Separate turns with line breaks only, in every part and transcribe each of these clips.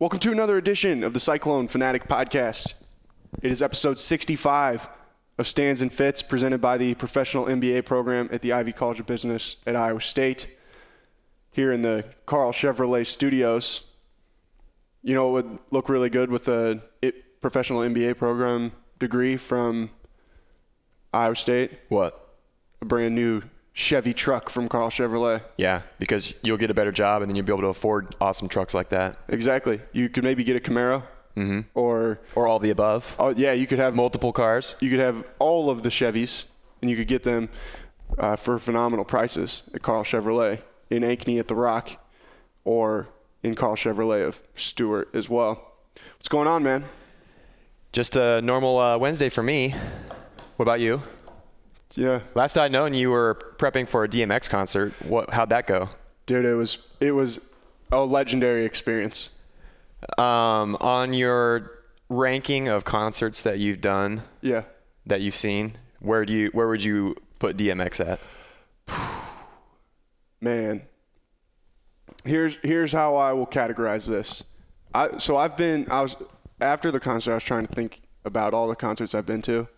Welcome to another edition of the Cyclone Fanatic Podcast. It is episode 65 of Stands and Fits, presented by the professional MBA program at the Ivy College of Business at Iowa State, here in the Carl Chevrolet studios. You know, it would look really good with a it, professional MBA program degree from Iowa State,
What?
a brand new Chevy truck from Carl Chevrolet.
Yeah, because you'll get a better job and then you'll be able to afford awesome trucks like that
Exactly. You could maybe get a Camaro, or
or all the above.
oh yeah, you could have
Multiple cars.
you could have all of the Chevys, and you could get them uh, for phenomenal prices at Carl Chevrolet in Ankeny at the Rock, or in Carl Chevrolet of Stewart as well. What's going on, man?
Just a normal uh, Wednesday for me. What about you?
Yeah,
Last I known, you were prepping for a DMX concert. What? How'd that go?
dude, it was it was a legendary experience.
Um, on your ranking of concerts that you've done,
Yeah,
that you've seen, where do you where would you put DMX at?
man. Here's here's how I will categorize this. I so I've been I was after the concert I was trying to think about all the concerts I've been to.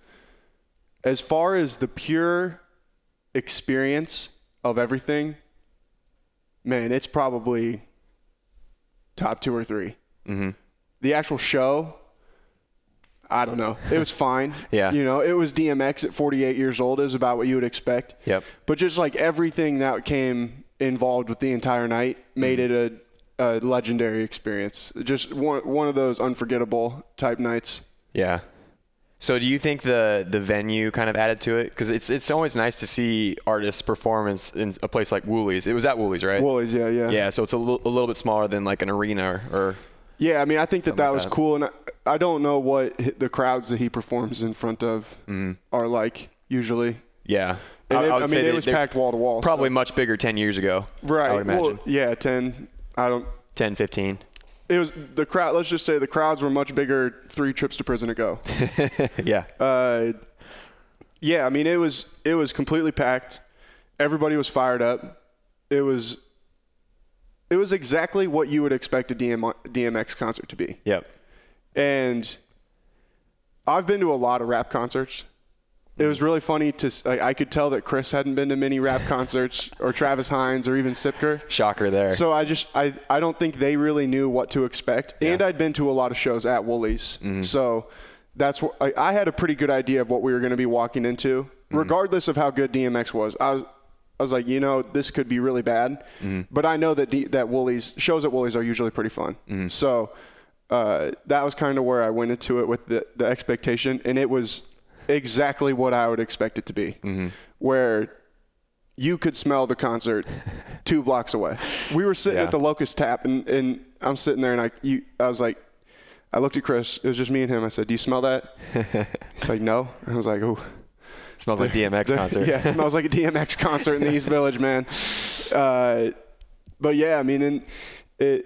As far as the pure experience of everything, man, it's probably top two or 3 Mm-hmm. The actual show, I don't know. It was fine.
Yeah.
you know, it was DMX at 48 years old is about what you would expect.
Yep.
But just like everything that came involved with the entire night made it a, a legendary experience. Just one one of those unforgettable type nights.
Yeah. So do you think the the venue kind of added to it? Because it's it's always nice to see artists performance in a place like Woolies. It was at Woolies, right?
Woolies, yeah, yeah,
Yeah, so it's a little- a little bit smaller than like an arena or, or
Yeah, I mean, I think that that was
that.
cool, and I, I don't know what hi- the crowds that he performs in front of are like usually.
yeah.
And it- I,
Mm-hmm. would
mean,
say
it
they-
was
they're
packed wall to wall.
Probably much bigger 10 years ago.
right.
I would imagine.
Well, yeah, ten. I don't.
10, 15.
It was the crowd. Let's just say the crowds were much bigger three trips to prison ago.
yeah.
uh, yeah, I mean it was it was completely packed. Everybody was fired up. It was it was exactly what you would expect a DM, DMX concert to be.
yep.
And I've been to a lot of rap concerts. It was really funny to s- like I could tell that Chris hadn't been to many rap concerts or Travis Hines or even Sipker.
Shocker there.
So I just I, I don't think they really knew what to expect. And I'd been to a lot of shows at Woolies, so that's what I, I had a pretty good idea of what we were going to be walking into, regardless of how good DMX was. I was I was like, you know, this could be really bad, but I know that D, that Woolies shows at Woolies are usually pretty fun. So uh, that was kind of where I went into it with the the expectation, and it was exactly what I would expect it to be, where you could smell the concert two blocks away. We were sitting
Yeah.
at the Locust Tap, and, and I'm sitting there, and I you, I was like, I looked at Chris. It was just me and him. I said, "Do you smell that?" He's like, "No." And I was like, "Ooh."
Smells like DMX
There-
concert.
Yeah, it smells like a DMX concert in the East Village, man. Uh, but yeah, I mean, and it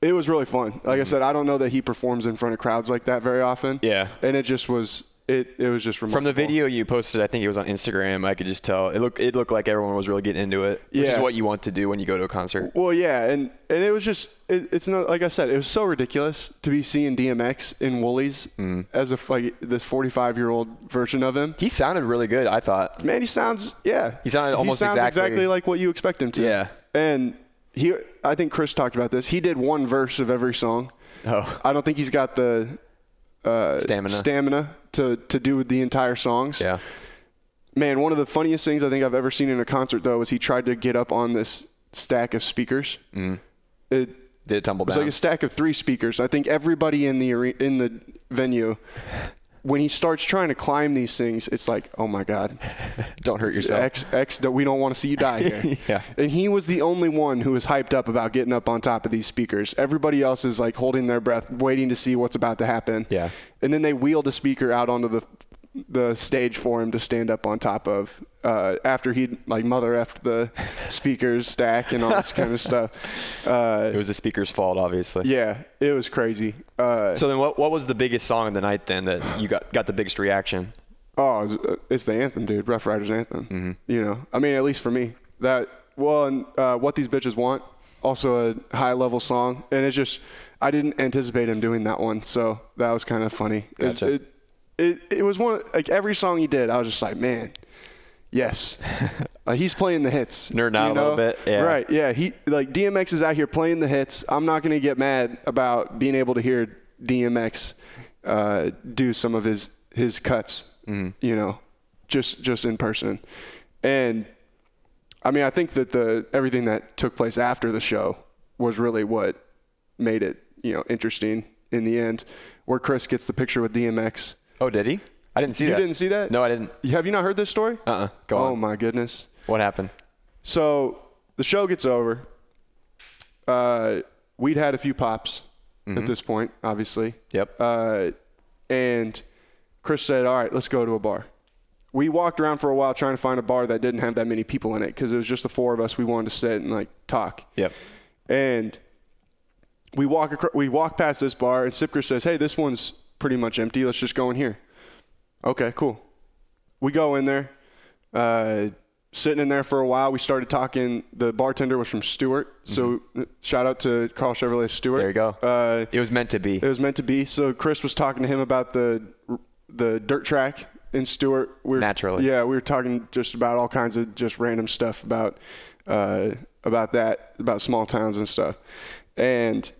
it was really fun. Like I said, I don't know that he performs in front of crowds like that very often.
Mm-hmm. Yeah.
and it just was it it was just remarkable.
From the video you posted, I think it was on Instagram, I could just tell. It looked it looked like everyone was really getting into it, which
Yeah.
is what you want to do when you go to a concert.
Well, yeah, and and it was just it, it's not like I said, it was so ridiculous to be seeing DMX in Woolies
Mm.
as a like this 45 year old version of him.
He sounded really good, I thought.
Man, he sounds yeah.
He sounded almost
sounds
exactly-
like what you expect him to.
Yeah.
and he I think Chris talked about this. He did one verse of every song.
Oh.
I don't think he's got the uh,
Stamina.
stamina to to do the entire songs.
Yeah.
Man, one of the funniest things I think I've ever seen in a concert though was he tried to get up on this stack of speakers.
Mm.
It
Did it tumble
it's
down?
like a stack of three speakers. I think everybody in the are- in the venue, when he starts trying to climb these things, it's like, oh my god,
Don't hurt yourself.
X X, that we don't want to see you die here.
Yeah.
And he was the only one who was hyped up about getting up on top of these speakers. Everybody else is like holding their breath, waiting to see what's about to happen.
Yeah.
And then they wheeled a speaker out onto the the stage for him to stand up on top of uh, after he'd like mother effed the speakers stack and all this kind of stuff. Uh,
It was the speaker's fault, obviously.
yeah, it was crazy. Uh,
So then, what, what was the biggest song of the night then that you got got the biggest reaction?
oh, it's, it's the anthem, dude. Rough Riders anthem. You know, I mean, at least for me, that well, and uh, what these bitches want, also a high level song, and it's just I didn't anticipate him doing that one, so that was kind of funny. It-
Gotcha.
It, it, it, was one like every song he did, I was just like, man, yes, Like, he's playing the hits.
Nerding out a little bit, yeah.
Right, yeah. He like DMX is out here playing the hits. I'm not gonna get mad about being able to hear DMX uh, do some of his his cuts.
Mm-hmm.
You know, just just in person, and I mean, I think that the everything that took place after the show was really what made it, you know, interesting in the end. Where Chris gets the picture with DMX.
Oh, did he? I didn't see
You
that.
didn't see that?
No, I didn't.
Have you not heard this story?
Uh-uh. Go
oh
on.
my goodness.
What happened?
So the show gets over. Uh, we'd had a few pops at this point, obviously.
Yep.
Uh, and Chris said, "All right, let's go to a bar." We walked around for a while trying to find a bar that didn't have that many people in it because it was just the four of us. We wanted to sit and like talk.
Yep.
And we walk acro- we walk past this bar, and Sipker says, "Hey, this one's pretty much empty. Let's just go in here." Okay, cool. We go in there, uh, sitting in there for a while. We started talking. The bartender was from Stewart, so uh, shout out to Carl Chevrolet Stewart.
Mm-hmm. There you go.
Uh,
It was meant to be.
it was meant to be. So Chris was talking to him about the the dirt track in Stewart. We were,
Naturally.
yeah, we were talking just about all kinds of just random stuff about uh, about that, about small towns and stuff. And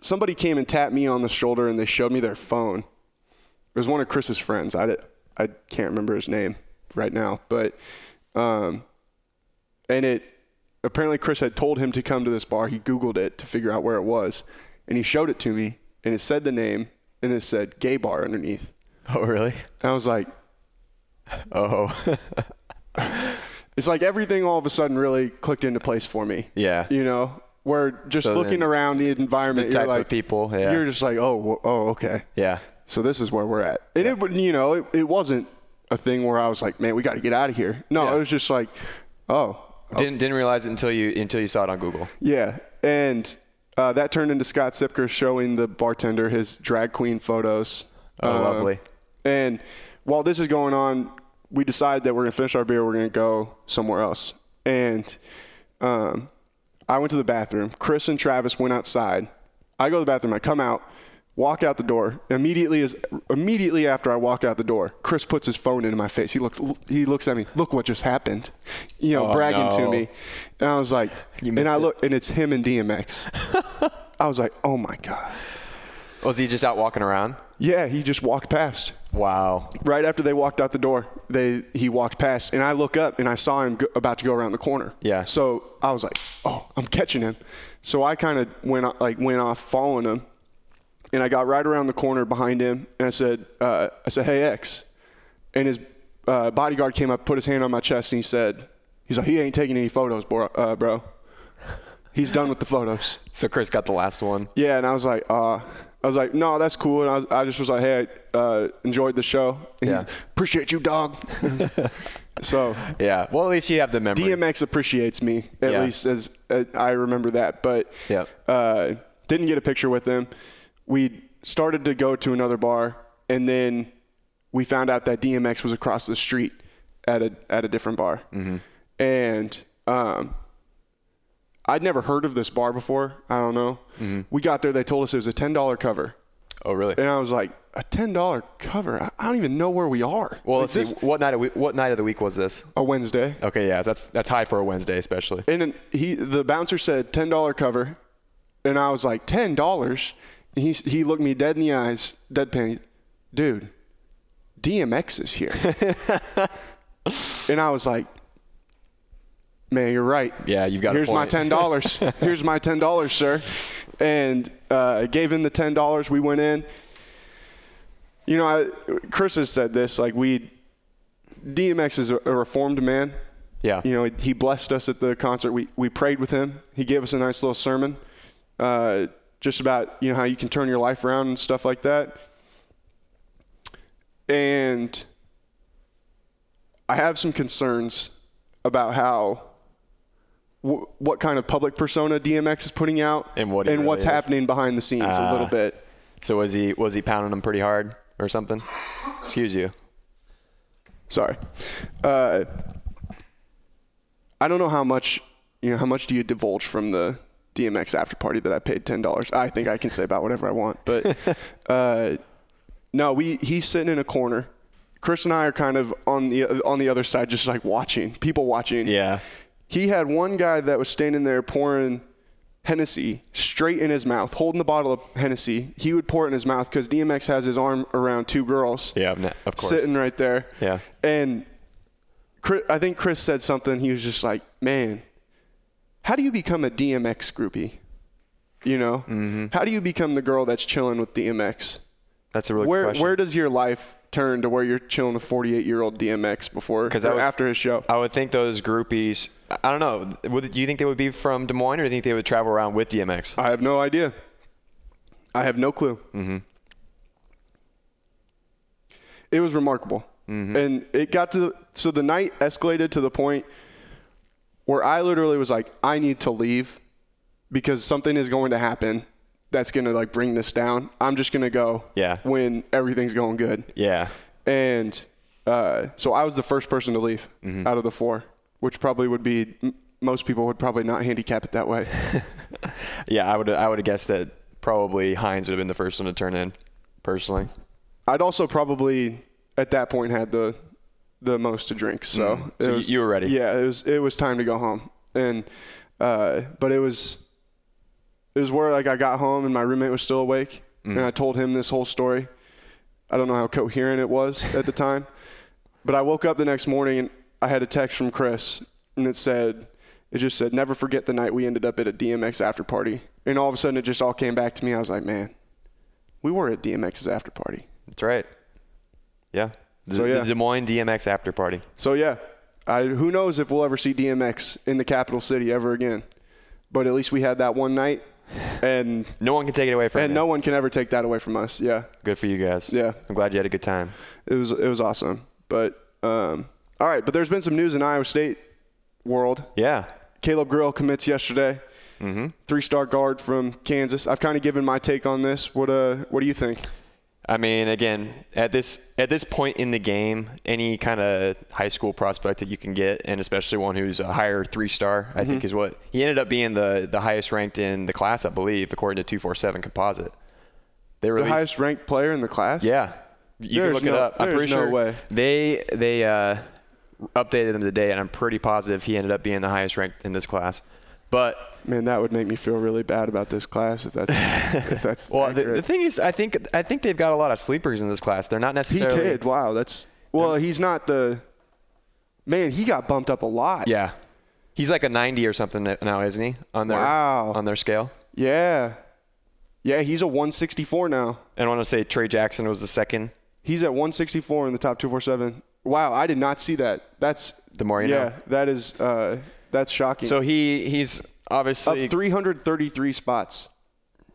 somebody came and tapped me on the shoulder, and they showed me their phone. It was one of Chris's friends. I did, I can't remember his name right now, but um, and it apparently Chris had told him to come to this bar. He Googled it to figure out where it was, and he showed it to me, and it said the name, and it said gay bar underneath.
Oh, really?
And I was like,
Oh.
it's like everything all of a sudden really clicked into place for me.
Yeah.
you know, where just
So
looking
then
around the environment,
the
you're
type of
like
people, yeah.
you're just like, oh, wh- oh, okay,
yeah.
So this is where we're at. And it would, you know, it, it wasn't a thing where I was like, man, we got to get out of here. No,
Yeah.
it was just like, oh,
Didn't didn't realize it until you until you saw it on Google.
yeah. And uh, that turned into Scott Sipker showing the bartender his drag queen photos. Uh,
Oh, lovely.
And while this is going on, we decide that we're going to finish our beer. We're going to go somewhere else. And um, I went to the bathroom. Chris and Travis went outside. I go to the bathroom. I come out, walk out the door. Immediately is immediately after I walk out the door, Chris puts his phone into my face. He looks he looks at me. Look what just happened. You know,
Oh,
bragging to
no.
me. And I was like, and
missed
I
it.
look, and it's him and DMX. I was like, oh my god.
Was he just out walking around?
Yeah, he just walked past.
Wow.
Right after they walked out the door, they he walked past, and I look up and I saw him go, about to go around the corner.
Yeah.
So I was like, "Oh, I'm catching him." So I kind of went o- like went off following him, and I got right around the corner behind him, and I said, uh, "I said, hey X," and his uh, bodyguard came up, put his hand on my chest, and he said, "He's like, he ain't taking any photos, bro. Uh, bro. He's done with the photos."
So Chris got the last one.
Yeah, and I was like, uh, I was like, no, that's cool. And I, was, I just was like, hey, I uh, enjoyed the show. And he's,
Yeah.
appreciate you, dog. so
Yeah. Well, at least you have the memory.
DMX appreciates me at
Yeah.
least as uh, I remember that. But
Yep.
uh, didn't get a picture with him. We started to go to another bar, and then we found out that DMX was across the street at a at a different bar,
Mm-hmm.
and um, I'd never heard of this bar before. I don't know.
Mm-hmm.
We got there, they told us it was a ten dollar cover,
oh, really?
and I was like, a ten dollar cover? I I don't even know where we are.
Well,
Like,
let's
this
see. What night of we- what night of the week was this?
a Wednesday.
Okay, yeah, that's that's high for a Wednesday, especially.
And then he, the bouncer said ten dollar cover, and I was like ten dollars. He he looked me dead in the eyes, deadpan, dude. DMX is here, and I was like, man, you're right.
Yeah, you've got a
Here's my
point.
ten dollars. Here's my ten dollars, sir. And uh, I gave him the ten dollars. We went in. You know, I, Chris has said this. Like we, DMX is a, a reformed man.
Yeah.
You know, he- he blessed us at the concert. We we prayed with him. He gave us a nice little sermon, uh, just about you know how you can turn your life around and stuff like that. And I have some concerns about how w- what kind of public persona DMX is putting out
And what he really
what's
is.
happening behind the scenes a little
Ah.
bit.
So was he was he pounding them pretty hard or something? Excuse you.
Sorry. Uh, I don't know how much you know. How much do you divulge from the DMX after party that I paid ten dollars. I think I can say about whatever I want, but uh, no, we he's sitting in a corner. Chris and I are kind of on the on the other side, just like watching people watching.
Yeah.
He had one guy that was standing there pouring Hennessy straight in his mouth, holding the bottle of Hennessy. He would pour it in his mouth because DMX has his arm around two girls.
Yeah, of of course.
Sitting right there.
Yeah.
And Chris, I think Chris said something. He was just like, man, how do you become a DMX groupie? You know?
Mm-hmm.
How do you become the girl that's chilling with DMX?
That's a really
Where,
good question.
where does your life turn to where you're chilling with 48 year old DMX before or
'Cause I would-
after his show?
I would think those groupies. I- I don't know. Would, do you think they would be from Des Moines, or do you think they would travel around with DMX?
I have no idea. I have no clue. Mm-hmm. It was remarkable, and it got to the, so the night escalated to the point where I literally was like, I need to leave because something is going to happen that's going to like bring this down. I'm just going to go
Yeah.
when everything's going good.
Yeah.
And uh, so I was the first person to leave out of the four, which probably would be m- most people would probably not handicap it that way.
Yeah, I would. I would have guessed that probably Hines would have been the first one to turn in. Personally,
I'd also probably at that point had the the most to drink, so, it
Mm. So you-
was-
you were ready.
Yeah, it was it was time to go home, and uh, but it was it was where like I got home and my roommate was still awake,
Mm.
and I told him this whole story. I don't know how coherent it was at the time, but I woke up the next morning and I had a text from Chris, and it said it just said never forget the night we ended up at a DMX after party, and all of a sudden it just all came back to me. I was like, man, we were at DMX's after party.
that's right. Yeah. The,
So, yeah.
the Des Moines DMX after party.
So yeah, I, who knows if we'll ever see DMX in the capital city ever again? But at least we had that one night, and
No one can take it away from
and
you.
no one can ever take that away from us. Yeah,
Good for you guys.
Yeah.
I'm glad you had a good time.
it was it was awesome. But um, all right, but there's been some news in Iowa State world.
Yeah.
Caleb Grill commits yesterday.
Mm-hmm.
Three-star guard from Kansas. I've kind of given my take on this. What uh, what do you think?
I mean, again, at this at this point in the game, any kind of high school prospect that you can get, and especially one who's a higher three star, I
Mm-hmm.
think is what he ended up being the the highest ranked in the class, I believe, according to two four seven composite. They
The
released,
highest-ranked player in the class.
yeah. You
There's
can look
no-
it up. I'm
there's
pretty
no
sure
way.
they they uh, updated him today, and I'm pretty positive he ended up being the highest ranked in this class. But
Man, that would make me feel really bad about this class if that's if that's.
Well, the,
accurate.
the thing is, I think I think they've got a lot of sleepers in this class. They're not
He
necessarily.
did. Wow, that's well. He's not the man. He got bumped up a lot.
Yeah, he's like a 90 or something now, isn't he? On their
Wow.
on their scale.
yeah, yeah. He's a 164 now.
And I want to say Trey Jackson was the second.
He's at 164 in the top 247. Wow, I did not see that. That's
The more you
yeah.
know.
That is uh, that's shocking.
So he he's
up
obviously
333 spots.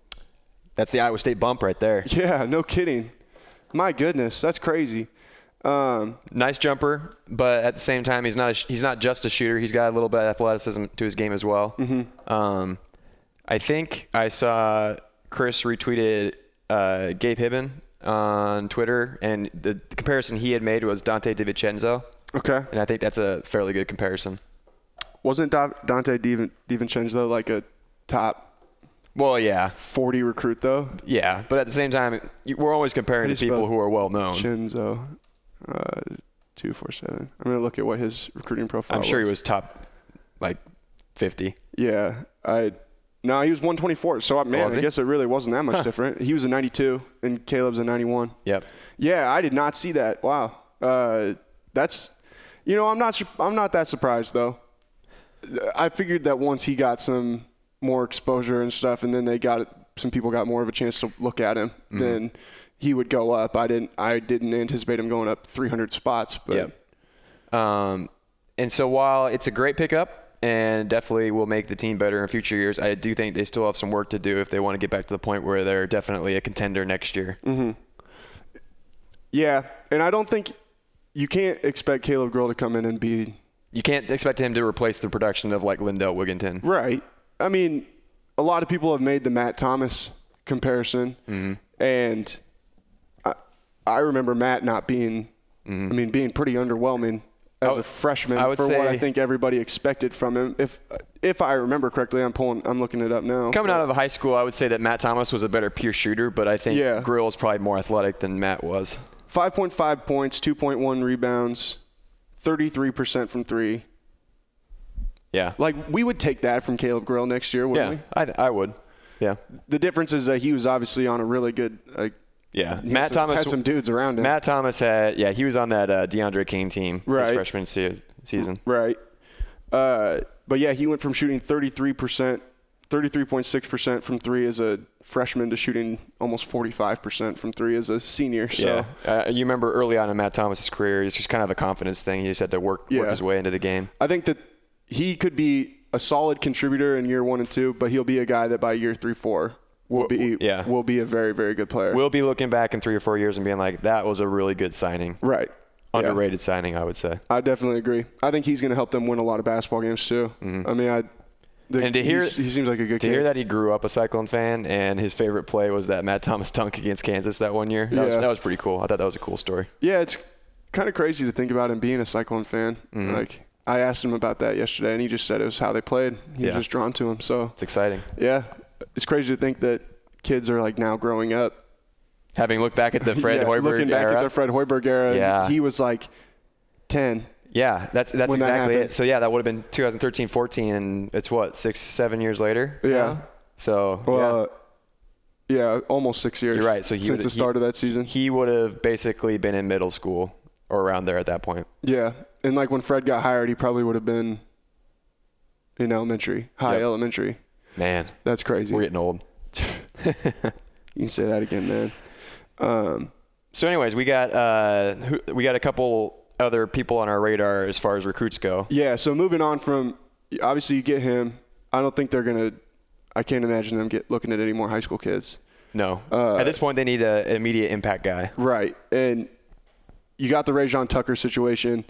that's the Iowa State bump right there.
Yeah, no kidding. My goodness, that's crazy. Um,
Nice jumper, but at the same time, he's not a, sh- he's not just a shooter. He's got a little bit of athleticism to his game as well.
Mm-hmm.
Um, I think I saw Chris retweeted uh, Gabe Hibben on Twitter, and the comparison he had made was Dante DiVincenzo,
okay.
and I think that's a fairly good comparison.
Wasn't Da- Dante Divin- DiVincenzo like a top
Well, yeah,
40 recruit though?
yeah, but at the same time, you- we're always comparing to
do you
people
spell
who are well known.
Shinzo, uh, two four seven. I'm gonna look at what his recruiting profile.
I'm sure he was top like 50.
Yeah, I. No, he was 124. So I, man,
was
I
he?
guess it really wasn't that much different. He was a 92, and Caleb's a 91.
Yep.
Yeah, I did not see that. Wow. Uh, that's, you know, I'm not. sur- I'm not that surprised though. I figured that once he got some more exposure and stuff, and then they got some people got more of a chance to look at him, then he would go up. I didn't. I didn't anticipate him going up 300 spots, but.
Yep. Um, and so while it's a great pickup and definitely will make the team better in future years, I do think they still have some work to do if they want to get back to the point where they're definitely a contender next year.
Mm-hmm. Yeah, and I don't think you can't expect Caleb Grill to come in and be
You can't expect him to replace the production of like Lindell Wigginton.
right. I mean, a lot of people have made the Matt Thomas comparison,
Mm-hmm.
and I, I remember Matt not being, I mean, being pretty underwhelming as
would-
a freshman
Mm-hmm. I would
for what I
say-
think everybody expected from him. If if I remember correctly, I'm pulling, I'm looking it up now.
Coming out of high school, I would say that Matt Thomas was a better pure shooter, but I think
Yeah.
Grill is probably more athletic than Matt was.
5.5 points, 2.1 rebounds, 33% from three.
Yeah.
Like we would take that from Caleb Grill next year, wouldn't
yeah,
we?
I, I would. Yeah.
The difference is that he was obviously on a really good. Like,
Yeah.
he
Matt
had some-
Thomas
had some dudes around him.
Matt Thomas had yeah, he was on that uh, DeAndre King team his
Right.
freshman se- season.
Right. Uh, but yeah, he went from shooting 33%, 33.6% from three as a freshman to shooting almost 45% from three as a senior. So
Yeah. Uh, you remember early on in Matt Thomas's career, it's just kind of a confidence thing. He just had to work
Yeah.
work his way into the game.
I think that he could be a solid contributor in year one and two, but he'll be a guy that by year three, four will be
yeah.
will be a very, very good player.
We'll be looking back in 3 or 4 years and being like that was a really good signing.
right. Yeah.
Underrated signing, I would say.
I definitely agree. I think he's going to help them win a lot of basketball games too. I mean, I the,
Mm-hmm. And to hear-
he's- he seems like a good
To
kid.
hear that he grew up a Cyclone fan and his favorite play was that Matt Thomas dunk against Kansas that one year. That, was,
Yeah.
that was pretty cool. I thought that was a cool story.
Yeah, it's kind of crazy to think about him being a Cyclone fan.
Mm-hmm.
Like I asked him about that yesterday, and he just said it was how they played. He was
Yeah.
just drawn to him. So
It's exciting.
yeah, it's crazy to think that kids are like now growing up.
Having looked back at the Fred
yeah,
Hoiberg
looking back
era.
at the Fred Hoiberg era, and
Yeah.
he was like ten.
Yeah, that's that's
when that
exactly
happened.
it. So yeah, that would have been 2013, 14, and it's what six, seven years later.
Yeah.
now? So
Well,
yeah.
uh, yeah. almost six years.
You're right. So he
since
would-
the start
he-
of that season.
he would have basically been in middle school or around there at that point.
Yeah, and like when Fred got hired, he probably would have been in elementary, high
Yep.
elementary.
Man,
That's crazy.
we're getting old.
You can say that again, man. Um,
So anyways, we got uh, who, we got a couple other people on our radar as far as recruits go.
Yeah, so moving on from obviously you get him. I don't think they're gonna I can't imagine them get looking at any more high school kids.
No,
Uh,
at this point they need a, an immediate impact guy.
Right. And you got the Rajon Tucker situation.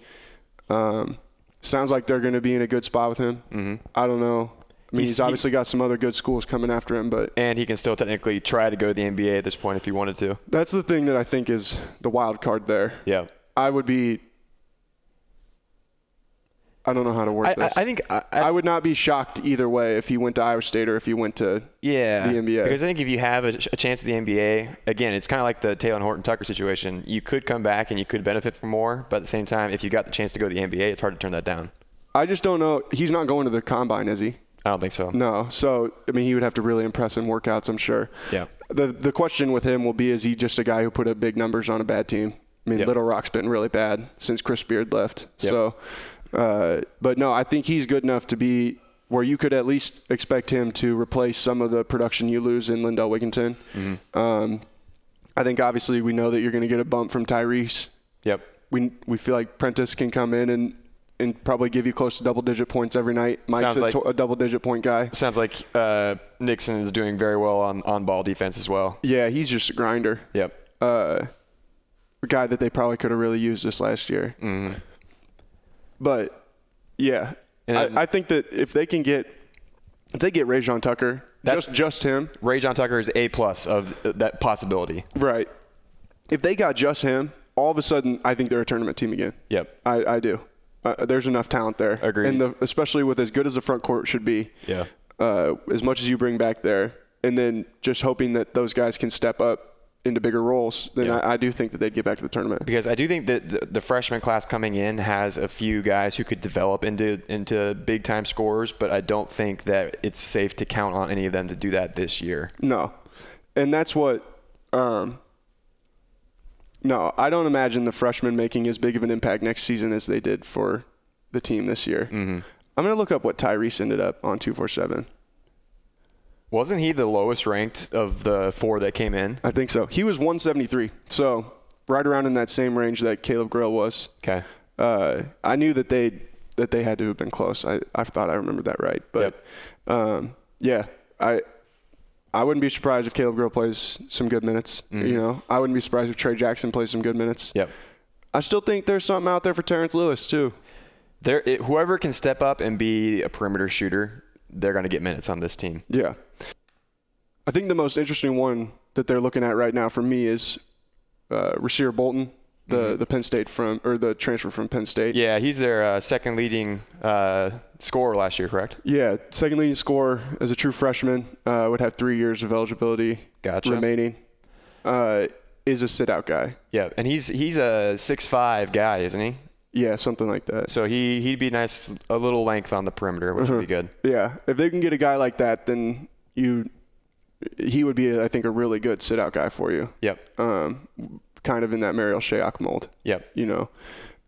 Um, sounds like they're gonna be in a good spot with him. Mm-hmm. I don't know. I mean, he's,
He's- he-
obviously got some other good schools coming after him, but
And he can still technically try to go to the NBA at this point if he wanted to.
that's the thing that I think is the wild card there.
Yeah.
I would be. I don't know how to word
I, I,
this.
I think I,
I would not be shocked either way if he went to Iowa State or if he went to
Yeah,
the NBA.
Because I think if you have a, a chance at the NBA, again, it's kind of like the Taylor Horton Tucker situation. You could come back and you could benefit from more, but at the same time, if you got the chance to go to the NBA, it's hard to turn that down.
I just don't know. He's not going to the combine, is he?
I don't think so.
No. So I mean, he would have to really impress in workouts, I'm sure.
Yeah.
The the question with him will be: Is he just a guy who put up big numbers on a bad team? I mean,
Yep.
Little Rock's been really bad since Chris Beard left. So, uh, but no, I think he's good enough to be where you could at least expect him to replace some of the production you lose in Lindell Wigginton. Um, I think obviously we know that you're going to get a bump from Tyrese
Yep.
we we feel like Prentice can come in and and probably give you close to double digit points every night. Mike's
Sounds
a,
like-
to- a double digit point guy.
Sounds like uh, Nixon is doing very well on on ball defense as well.
Yeah, he's just a grinder.
Yep.
Uh, a guy that they probably could have really used this last year. But yeah,
Mm-hmm. And then-
I, I think that if they can get if they get Rajon Tucker,
That's-
just just him,
Ray John Tucker is a plus of uh, that possibility.
right? If they got just him, all of a sudden I think they're a tournament team again.
Yep.
I, I do. Uh, there's enough talent there.
Agreed.
And the, especially with as good as the front court should be.
Yeah.
Uh, as much as you bring back there, and then just hoping that those guys can step up into bigger roles, then
Yeah.
I, I do think that they'd get back to the tournament.
because I do think that the, the freshman class coming in has a few guys who could develop into into big time scorers, but I don't think that it's safe to count on any of them to do that this year.
No. And that's what. Um, no, I don't imagine the freshmen making as big of an impact next season as they did for the team this year. I'm going to look up what Tyrese ended up on 247.
Wasn't he the lowest ranked of the four that came in?
I think so. He was 173. So right around in that same range that Caleb Grill was.
Okay.
Uh, I knew that they that they had to have been close. I, I thought I remembered that right. But um, yeah, I I wouldn't be surprised if Caleb Grill plays some good minutes. You know, I wouldn't be surprised if Trey Jackson plays some good minutes.
Yep.
I still think there's something out there for Terrence Lewis too.
There, it, whoever can step up and be a perimeter shooter, they're going to get minutes on this team.
Yeah. I think the most interesting one that they're looking at right now for me is uh, Rasheer Bolton the the Penn State from or the transfer from Penn State.
Yeah, he's their uh, second leading uh, scorer last year, correct?
Yeah, second leading scorer as a true freshman uh, would have three years of eligibility
Gotcha.
remaining. Uh, is a sit out guy.
Yeah, and he's he's a six five guy, isn't he?
Yeah, something like that.
So he he'd be nice a little length on the perimeter, which would be good.
Yeah, if they can get a guy like that, then you he would be, I think, a really good sit out guy for you.
Yep,
Um, kind of in that Mariel Shayok mold.
yep.
You know,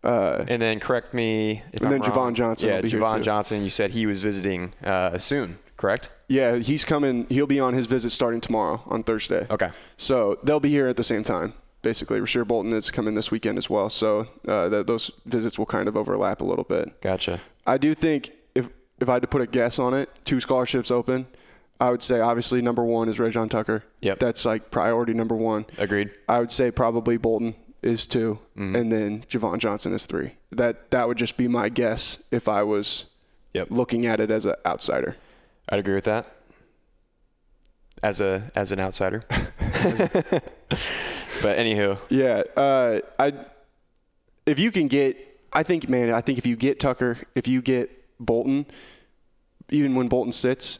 uh,
And then correct me if
And
I'm
then Javon
wrong.
Johnson
Yeah,
will be here
Javon
too.
Johnson. You said he was visiting uh, soon, correct?
yeah, he's coming. He'll be on his visit starting tomorrow on Thursday.
Okay.
So they'll be here at the same time. Basically, Rasheer Bolton is coming this weekend as well. So uh, that those visits will kind of overlap a little bit.
Gotcha.
I do think if if I had to put a guess on it, two scholarships open, I would say obviously number one is Rajon Tucker.
Yep.
That's like priority number one.
Agreed.
I would say probably Bolton is 2
Mm-hmm.
and then Javon Johnson is three. That that would just be my guess if I was
Yep.
looking at it as an outsider.
I'd agree with that. As a as an outsider. but anywho,
Yeah, uh, I if you can get, I think, man, I think if you get Tucker, if you get Bolton, even when Bolton sits,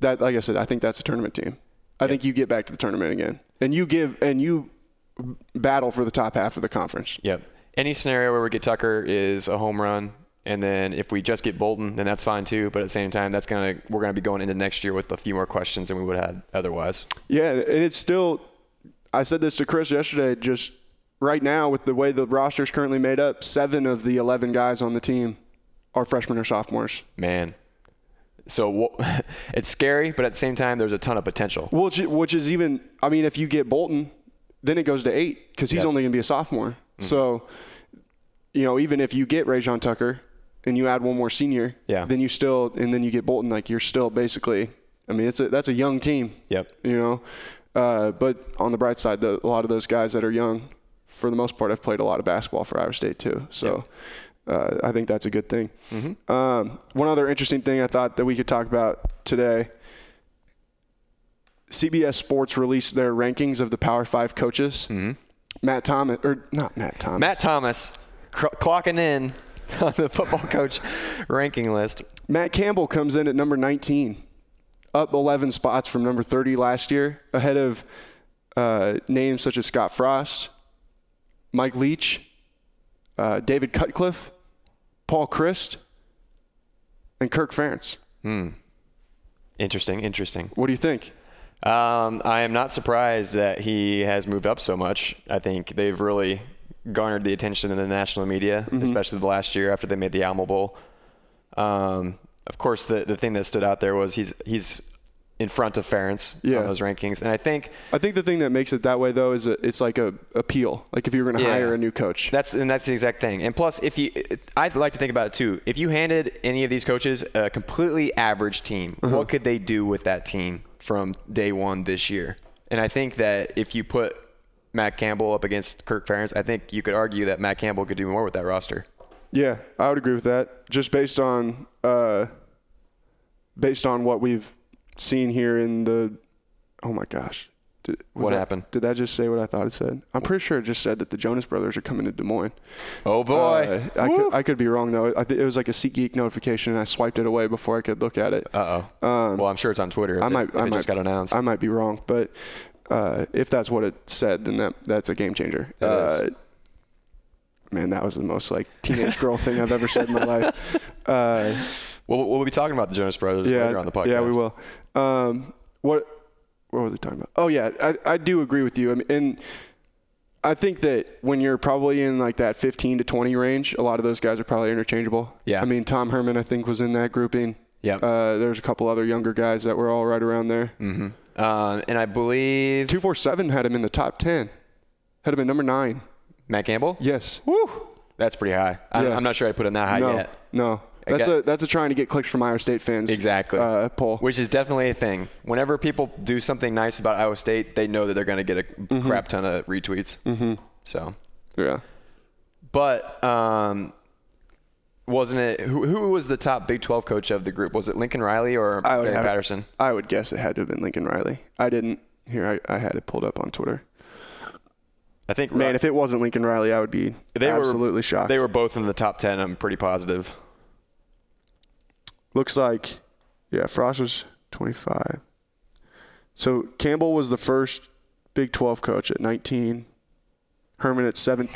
that like I said, I think that's a tournament team. I think you get back to the tournament again, and you give and you battle for the top half of the conference.
yep. Any scenario where we get Tucker is a home run, and then if we just get Bolton, then that's fine too. But at the same time, that's gonna we're gonna be going into next year with a few more questions than we would have had otherwise.
Yeah, and it's still. I said this to Chris yesterday. Just right now, with the way the roster is currently made up, seven of the eleven guys on the team are freshmen or sophomores.
Man. So wha- it's scary, but at the same time, there's a ton of potential.
Well, which, which is even, I mean, if you get Bolton, then it goes to eight because he's
Yeah. Mm-hmm.
only going to be a sophomore. So, you know, even if you get Rajon Tucker and you add one more senior,
Yeah.
then you still, and then you get Bolton, like you're still basically, I mean, it's a, that's a young team,
Yep.
you know. Uh, but on the bright side, the, a lot of those guys that are young, for the most part, have played a lot of basketball for Iowa State too. So uh, I think that's a good thing. Um, one other interesting thing I thought that we could talk about today. CBS Sports released their rankings of the Power Five coaches. Matt Thomas, or not Matt Thomas.
Matt Thomas cr- clocking in on the football coach ranking list.
Matt Campbell comes in at number 19, up 11 spots from number 30 last year, ahead of uh, names such as Scott Frost, Mike Leach, uh, David Cutcliffe, Paul Christ, and Kirk Ferentz.
Interesting, interesting.
What do you think?
Um, I am not surprised that he has moved up so much. I think they've really garnered the attention of the national media, especially the last year after they made the Alamo Bowl. Um, of course, the, the thing that stood out there was he's he's in front of Ference
Yeah.
on those rankings, and I think
I think the thing that makes it that way, though, is it's like a appeal. Like if you were going to
Yeah.
hire a new coach.
That's and that's the exact thing. And plus, if you, I'd like to think about it too. If you handed any of these coaches a completely average team,
Uh-huh.
what could they do with that team from day one this year? And I think that if you put Matt Campbell up against Kirk Ferentz, I think you could argue that Matt Campbell could do more with that roster.
Yeah, I would agree with that. Just based on uh, based on what we've seen here in the oh my gosh, did, was
What
that-
happened?
Did that just say what I thought it said? I'm pretty sure it just said that the Jonas Brothers are coming to Des Moines.
Oh boy!
Uh, I, could, I could be wrong though. I th- it was like a SeatGeek notification, and I swiped it away before I could look at it. Um,
Uh, oh. well, I'm sure it's on Twitter. If
I might,
It, if
I
it
might,
just got announced.
I might be wrong, but uh, if that's what it said, then that that's a game changer.
It
uh,
is.
Man, that was the most like teenage girl thing I've ever said in my life. Uh,
we'll, we'll be talking about the Jonas Brothers
yeah,
later on the podcast.
Yeah, we will. Um, what what was I talking about? Oh yeah, I, I do agree with you. I mean, and I think that when you're probably in like that 15 to 20 range, a lot of those guys are probably interchangeable.
Yeah.
I mean, Tom Herman, I think, was in that grouping.
Yep.
Uh, there's a couple other younger guys that were all right around there.
Um, and I believe
247 had him in the top 10. Had him at number nine.
Matt Campbell.
Yes.
Woo! That's pretty high. I,
Yeah.
I'm not sure I put him that high
no.
yet.
No. That's
Okay.
a that's a trying to get clicks from Iowa State fans.
Exactly.
Uh, poll.
Which is definitely a thing. Whenever people do something nice about Iowa State, they know that they're going to get a
Mm-hmm.
crap ton of retweets. Mm-hmm. So,
yeah.
but um, wasn't it who, who was the top Big 12 coach of the group? Was it Lincoln Riley or
I would
Barry
have-
Patterson?
I would guess it had to have been Lincoln Riley. I didn't. Here, I, I had it pulled up on Twitter.
I think
Man,
Ru-
if it wasn't Lincoln Riley, I would be
they
absolutely
were,
shocked.
They were both in the top ten. I'm pretty positive.
Looks like, yeah, Frost was 25. So Campbell was the first Big 12 coach at 19. Herman at 7.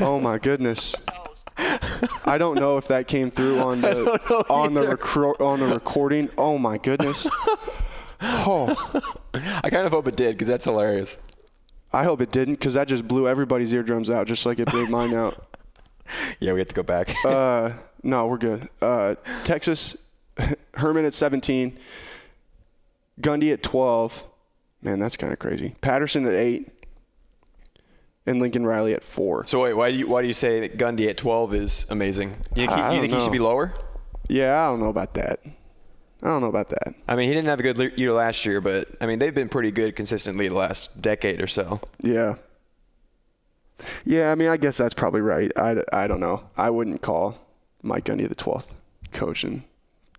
Oh my goodness. I don't know if that came through on the on the recro- on the recording. Oh my goodness. Oh,
I kind of hope it did because that's hilarious.
I hope it didn't cuz that just blew everybody's eardrums out just like it blew mine out.
Yeah, we have to go back.
Uh, no, we're good. Uh, Texas, Herman at 17, Gundy at 12. Man, that's kind of crazy. Patterson at 8, and Lincoln Riley at 4.
so wait, why do you why do you say that Gundy at 12 is amazing? You think,
I
he,
don't
you think he
know.
should be lower?
Yeah, I don't know about that. I don't know about that.
I mean, he didn't have a good le- year last year, but I mean, they've been pretty good consistently the last decade or so.
Yeah. Yeah, I mean, I guess that's probably right. I, I don't know. I wouldn't call Mike Gundy the 12th coach in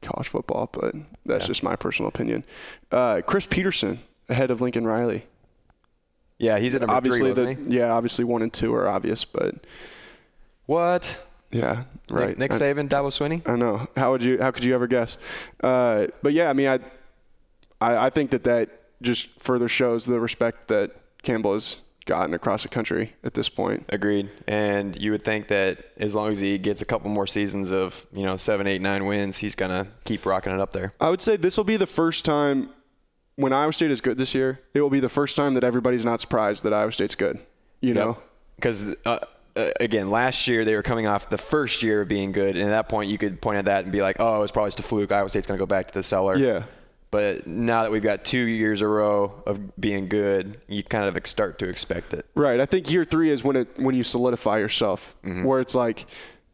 college football, but that's just my personal opinion. Uh, Chris Peterson, ahead of Lincoln Riley.
Yeah, he's at number
obviously
three, wasn't he?
the yeah obviously one and two are obvious but
What?
yeah right
Nick, Nick
I,
Saban, Dabo Swinney?
I know how would you how could you ever guess uh, but yeah I mean I, I I think that that just further shows the respect that Campbell has gotten across the country at this point
Agreed. And you would think that as long as he gets a couple more seasons of, you know, seven, eight, nine wins, he's going to keep rocking it up there.
I would say this will be the first time when Iowa State is good this year it will be the first time that everybody's not surprised that Iowa State's good you know
Because, uh, uh, again, last year they were coming off the first year of being good. And at that point, you could point at that and be like, oh, it was probably just a fluke. Iowa State's going to go back to the cellar.
yeah
But now that we've got two years in a row of being good, you kind of ex- start to expect it.
Right. I think year three is when it when you solidify yourself,
Mm-hmm.
where it's like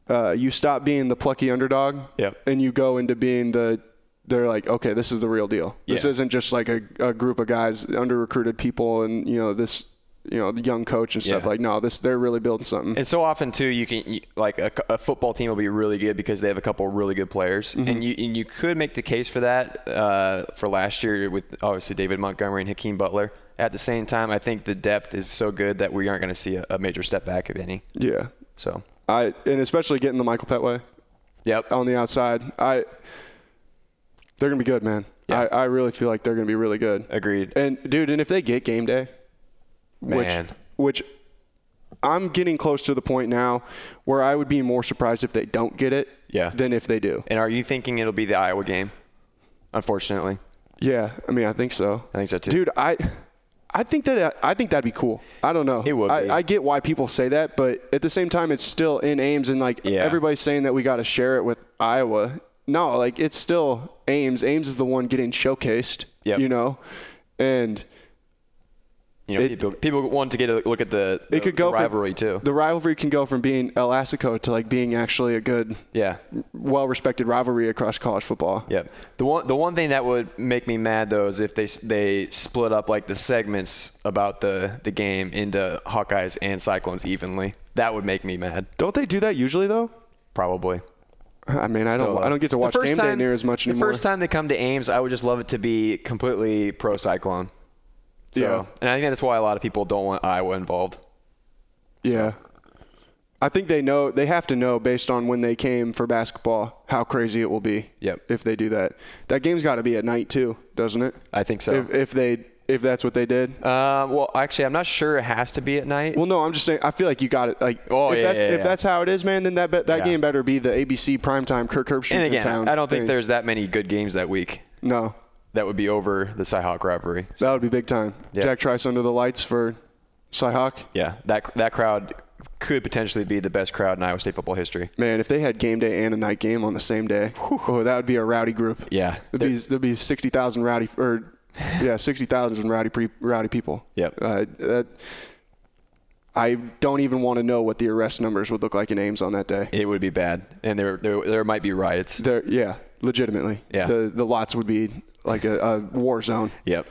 uh, you stop being the plucky underdog,
Yep.
and you go into being the. They're like, okay, this is the real deal. This
Yeah.
isn't just like a, a group of guys, under recruited people, and you know this, you know, the young coach and stuff.
Yeah.
Like, no, this they're really building something.
And so often too, you can you- like a, a football team will be really good because they have a couple really good players,
Mm-hmm.
and you and you could make the case for that uh, for last year with obviously David Montgomery and Hakeem Butler. At the same time, I think the depth is so good that we aren't going to see a, a major step back if any.
yeah,
So,
I and especially getting the Michael Petway
yep,
on the outside. I they're gonna be good, man.
Yeah.
I, I really feel like they're gonna be really good.
agreed.
And dude, and if they get game day,
Man.
which which I'm getting close to the point now where I would be more surprised if they don't get it
Yeah.
than if they do.
And are you thinking it'll be the Iowa game? Unfortunately,
Yeah, I mean, I think so.
I think so too.
Dude, I I think that I think that'd be cool. I don't know.
It would
I,
be.
I get why people say that, but at the same time, it's still in Ames, and like
Yeah.
everybody's saying that we got to share it with Iowa. No, like it's still Ames. Ames is the one getting showcased.
Yep.
You know, and
you know,
it-
people, people want to get a look at the, the-
it could
the
go
rivalry
from,
too.
The rivalry can go from being Elastico to like being actually a good,
yeah,
well-respected rivalry across college football.
Yep. The one the one thing that would make me mad though is if they s- they split up like the segments about the the game into Hawkeyes and Cyclones evenly. That would make me mad.
Don't they do that usually though?
Probably.
I mean, I don't. Oh, I don't get to
The
watch
first
game day
time-
near as much
the
anymore.
first time they come to Ames, I would just love it to be completely pro Cyclone. So,
Yeah.
And I think that's why a lot of people don't want Iowa involved.
yeah. I think they know. They have to know based on when they came for basketball how crazy it will be.
Yep.
If they do that, that game's got to be at night too, doesn't it?
I think so.
If, if they, if that's what they did.
Uh, well, actually, I'm not sure it has to be at night.
Well, no, I'm just saying. I feel like you got it. Like,
Oh,
if
yeah,
that's
yeah,
if
yeah.
that's how it is, man, then that bet that
Yeah.
game better be the ABC primetime Kirk Herbstreit
and
in town.
again, I don't think
thing.
there's that many good games that week
no.
that would be over the Cyhawk rivalry.
That would be big time.
Yeah.
Jack Trice under the lights for Cyhawk.
Yeah, that that crowd could potentially be the best crowd in Iowa State football history.
Man, if they had game day and a night game on the same day, oh, that would be a rowdy group.
Yeah.
There'd be, there'd be 60,000 rowdy, or yeah, 60,000 rowdy, pre, rowdy people.
Yep.
Uh, that, I don't even want to know what the arrest numbers would look like in Ames on that day.
It would be bad, and there there, there might be riots.
There, yeah, legitimately.
Yeah.
The, the lots would be like a, a war zone.
Yep.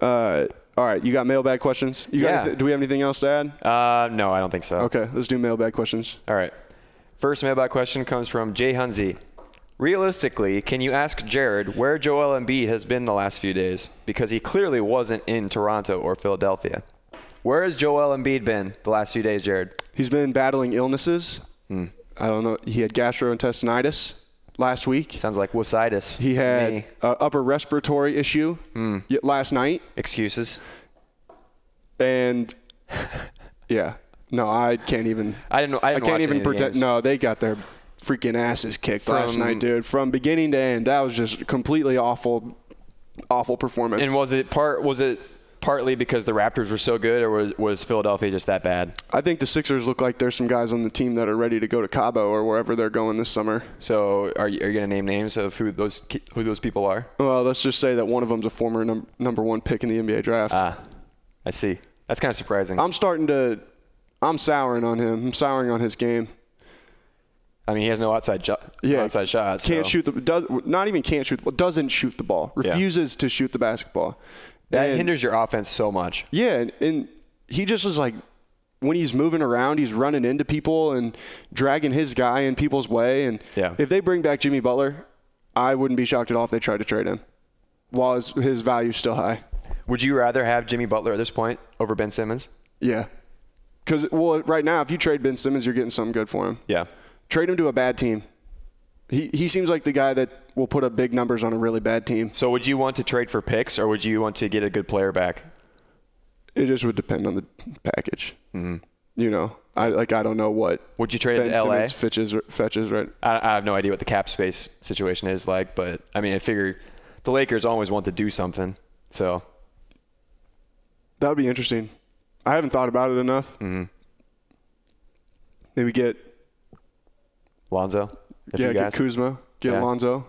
Uh, all right, you got mailbag questions? You got
Yeah.
anything- do we have anything else to add?
Uh, no, I don't think so.
Okay, let's do mailbag questions.
All right. First mailbag question comes from Jay Hunzi. Realistically, can you ask Jared where Joel Embiid has been the last few days? Because he clearly wasn't in Toronto or Philadelphia. Where has Joel Embiid been the last few days, Jared?
He's been battling illnesses.
Hmm.
I don't know. He had gastrointestinitis last week.
Sounds like wussitis.
He
to
had
me. Hmm.
uh, upper respiratory issue y- last night,
excuses.
and yeah, no, I can't even.
I didn't.
I
I, didn't
can't
watch
even
any of the
pretend.
games.
No, they got their freaking asses kicked last
From-
night, dude. From beginning to end, that was just completely awful, awful performance.
And was it part? Was it partly because the Raptors were so good, or was, was Philadelphia just that bad?
I think the Sixers look like there's some guys on the team that are ready to go to Cabo or wherever they're going this summer.
So are you, are you gonna name names of who those ki- who those people are?
Well, let's just say that one of them's a former num- number one pick in the NBA draft.
Ah, I see. That's kind of surprising.
I'm starting to, I'm souring on him. I'm souring on his game.
I mean, he has no outside jo-
Yeah,
outside shots.
Can't
so.
shoot the does not even can't shoot. the Doesn't shoot the ball.
Yeah.
Refuses to shoot the basketball.
That
And-
hinders your offense so much.
Yeah, and, and he just was like when he's moving around, he's running into people and dragging his guy in people's way. And
Yeah.
if they bring back Jimmy Butler, I wouldn't be shocked at all if they tried to trade him while his, his value's still high.
Would you rather have Jimmy Butler at this point over Ben Simmons?
Yeah. Because, well, right now, if you trade Ben Simmons, you're getting something good for him.
Yeah.
Trade him to a bad team. He, he seems like the guy that will put up big numbers on a really bad team.
So would you want to trade for picks, or would you want to get a good player back?
It just would depend on the package. You know, I like I don't know what
Would you Mm-hmm. trade
Ben
it to LA?
Simmons fetches, fetches right
I, I have no idea what the cap space situation is like, but I mean, I figure the Lakers always want to do something. So
That would be interesting. I haven't thought about it enough. Mm-hmm. Maybe get
Lonzo, if
yeah,
you
get
guys,
Kuzma, get
Yeah.
Alonzo.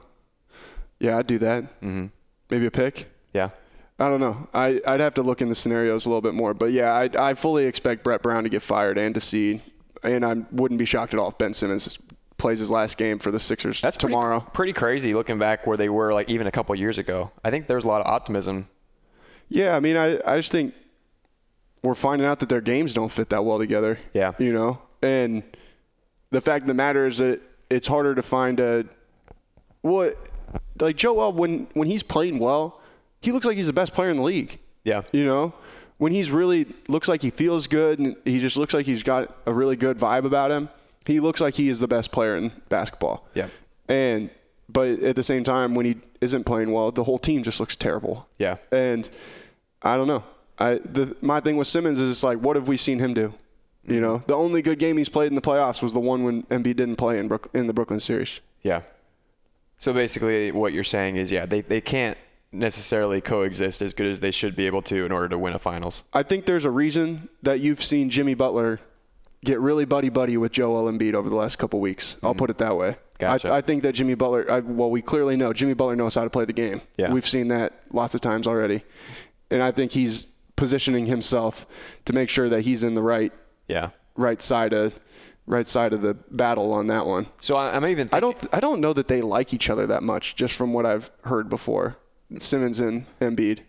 Yeah, I'd do that. Mm-hmm. Maybe a pick.
yeah,
I don't know. I, I'd have to look in the scenarios a little bit more. But yeah, I, I fully expect Brett Brown to get fired and to see. And I wouldn't be shocked at all if Ben Simmons plays his last game for the Sixers
that's pretty-
tomorrow.
Pretty, crazy looking back where they were like even a couple years ago. I think there was a lot of optimism.
Yeah, I mean, I, I just think we're finding out that their games don't fit that well together.
Yeah.
You know? And the fact of the matter is that it's harder to find a. What, like, Joel, when, when he's playing well, he looks like he's the best player in the league.
Yeah,
You know? When he's really looks like he feels good and he just looks like he's got a really good vibe about him, he looks like he is the best player in basketball.
Yeah.
And, but at the same time, when he isn't playing well, the whole team just looks terrible.
yeah.
And I don't know. I the my thing with Simmons is it's like, what have we seen him do? You
Mm-hmm.
know, the only good game he's played in the playoffs was the one when Embiid didn't play in Brook, in the Brooklyn series.
Yeah. So basically, what you're saying is, yeah, they, they can't necessarily coexist as good as they should be able to in order to win a finals.
I think there's a reason that you've seen Jimmy Butler get really buddy buddy with Joel Embiid over the last couple weeks. I'll put it that way.
Mm-hmm. Gotcha.
I, I think that Jimmy Butler. I, well, we clearly know Jimmy Butler knows how to play the game.
Yeah.
we've seen that lots of times already, and I think he's positioning himself to make sure that he's in the right
Yeah.
right side of right side of the battle on that one.
So I, I'm even. Thinking,
I don't I don't know that they like each other that much, just from what I've heard before. Simmons and Embiid.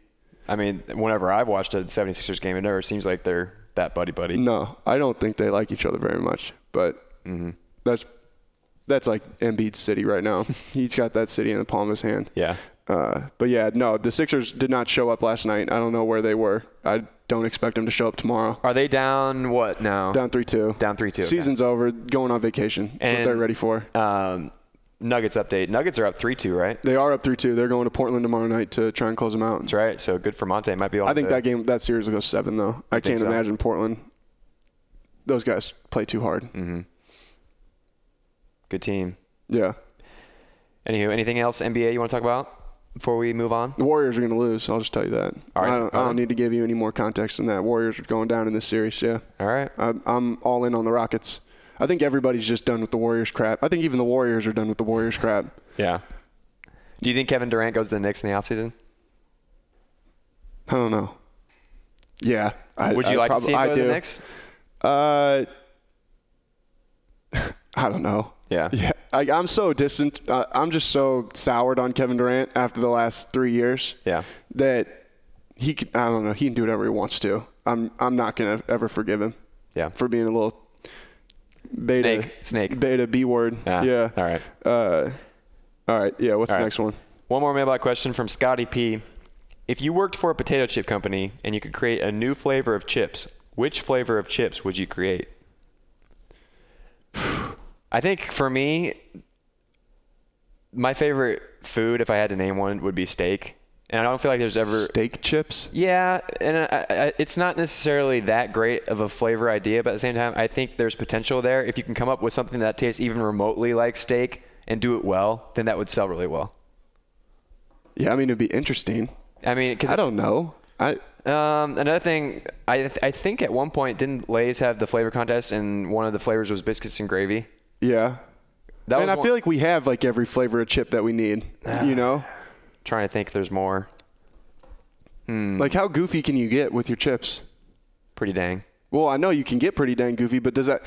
I mean, whenever I've watched a 76ers game, it never seems like they're that buddy buddy.
No, I don't think they like each other very much. But
Mm-hmm.
that's that's like Embiid's city right now. He's got that city in the palm of his hand.
Yeah.
Uh, but yeah, no, the Sixers did not show up last night. I don't know where they were. I don't expect them to show up tomorrow.
Are they down what now?
Down three two.
Down 3-2, okay.
Season's over. Going on vacation. That's what
And-
they're ready for.
Um, Nuggets update. Nuggets are up three two, right?
They are up three two. They're going to Portland tomorrow night to try and close them out.
That's right. So good for Monte. Might be able.
I think
to,
that game, that series will go seven though. I can't
so?
imagine Portland. Those guys play too hard.
Mm-hmm. good team.
Yeah,
Anywho, anything else NBA you want to talk about before we move on?
the Warriors are going to lose. I'll just tell you that.
All right.
I, don't, I
All
don't
right.
need to give you any more context than that. Warriors are going down in this series. Yeah,
All right.
I'm, I'm all in on the Rockets. I think everybody's just done with the Warriors crap. I think even the Warriors are done with the Warriors crap.
Yeah. Do you think Kevin Durant goes to the Knicks in the offseason?
I don't know. Yeah, I,
Would you
I
like
prob-
to see him
I
go to
do.
the Knicks?
Uh, I don't know.
Yeah.
Yeah, I, I'm so distant. Uh, I'm just so soured on Kevin Durant after the last three years.
Yeah.
That he can. I don't know. He can do whatever he wants to. I'm. I'm not gonna ever forgive him
Yeah.
for being a little beta
Snake. Snake.
beta b word.
Ah,
yeah.
All right.
Uh, All right. Yeah. What's
All
the
right.
next one?
One more mailbag question from Scotty P. If you worked for a potato chip company and you could create a new flavor of chips, which flavor of chips would you create? I think for me, my favorite food, if I had to name one, would be steak. And I don't feel like there's ever.
Steak chips.
Yeah, and I, I, it's not necessarily that great of a flavor idea, but at the same time, I think there's potential there. If you can come up with something that tastes even remotely like steak and do it well, then that would sell really well.
Yeah. I mean, it'd be interesting.
I mean, because
I don't know. I
Um, another thing, I th- I think at one point didn't Lay's have the flavor contest, and one of the flavors was biscuits and gravy.
yeah.
That
and
was
I
one-
feel like we have like every flavor of chip that we need. you know,
trying to think if there's more. Hmm.
like how goofy can you get with your chips?
Pretty dang.
Well, I know you can get pretty dang goofy, but does that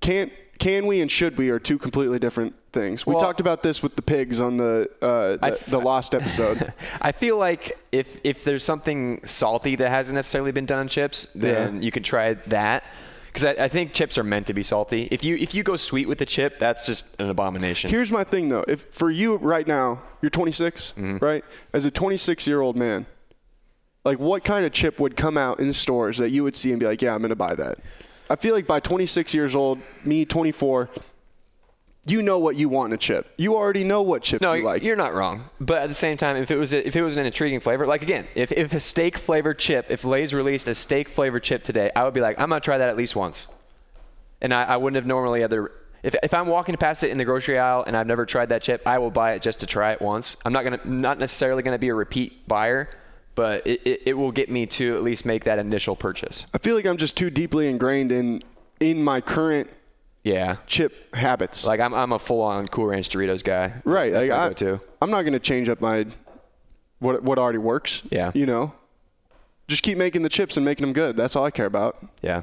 can't can we and should we are two completely different things. We
Well-
talked about this with the pigs on the uh, the, the lost episode.
I feel like if if there's something salty that hasn't necessarily been done on chips, then
Yeah.
you can try that. Because I, I think chips are meant to be salty. If you if you go sweet with the chip, that's just an abomination.
Here's my thing though. If for you right now, you're 26,
Mm-hmm.
right? As a 26 year old man, like what kind of chip would come out in stores that you would see and be like, yeah, I'm gonna buy that. I feel like by 26 years old, me 24, you know what you want in a chip. You already know what chips
No,
you like.
you're not wrong. But at the same time, if it was if it was an intriguing flavor, like again, if, if a steak flavored chip, if Lay's released a steak flavored chip today, I would be like, I'm gonna try that at least once. And I, I wouldn't have normally other. If, if I'm walking past it in the grocery aisle and I've never tried that chip, I will buy it just to try it once. I'm not gonna not necessarily gonna be a repeat buyer, but it, it, it will get me to at least make that initial purchase.
I feel like I'm just too deeply ingrained in in my current
Yeah.
chip habits.
Like I'm, I'm a full on Cool Ranch Doritos guy.
right.
That's
Like
my
I,
go-to.
I'm not going to change up my what what already works.
Yeah.
You know, just keep making the chips and making them good. That's all I care about.
Yeah.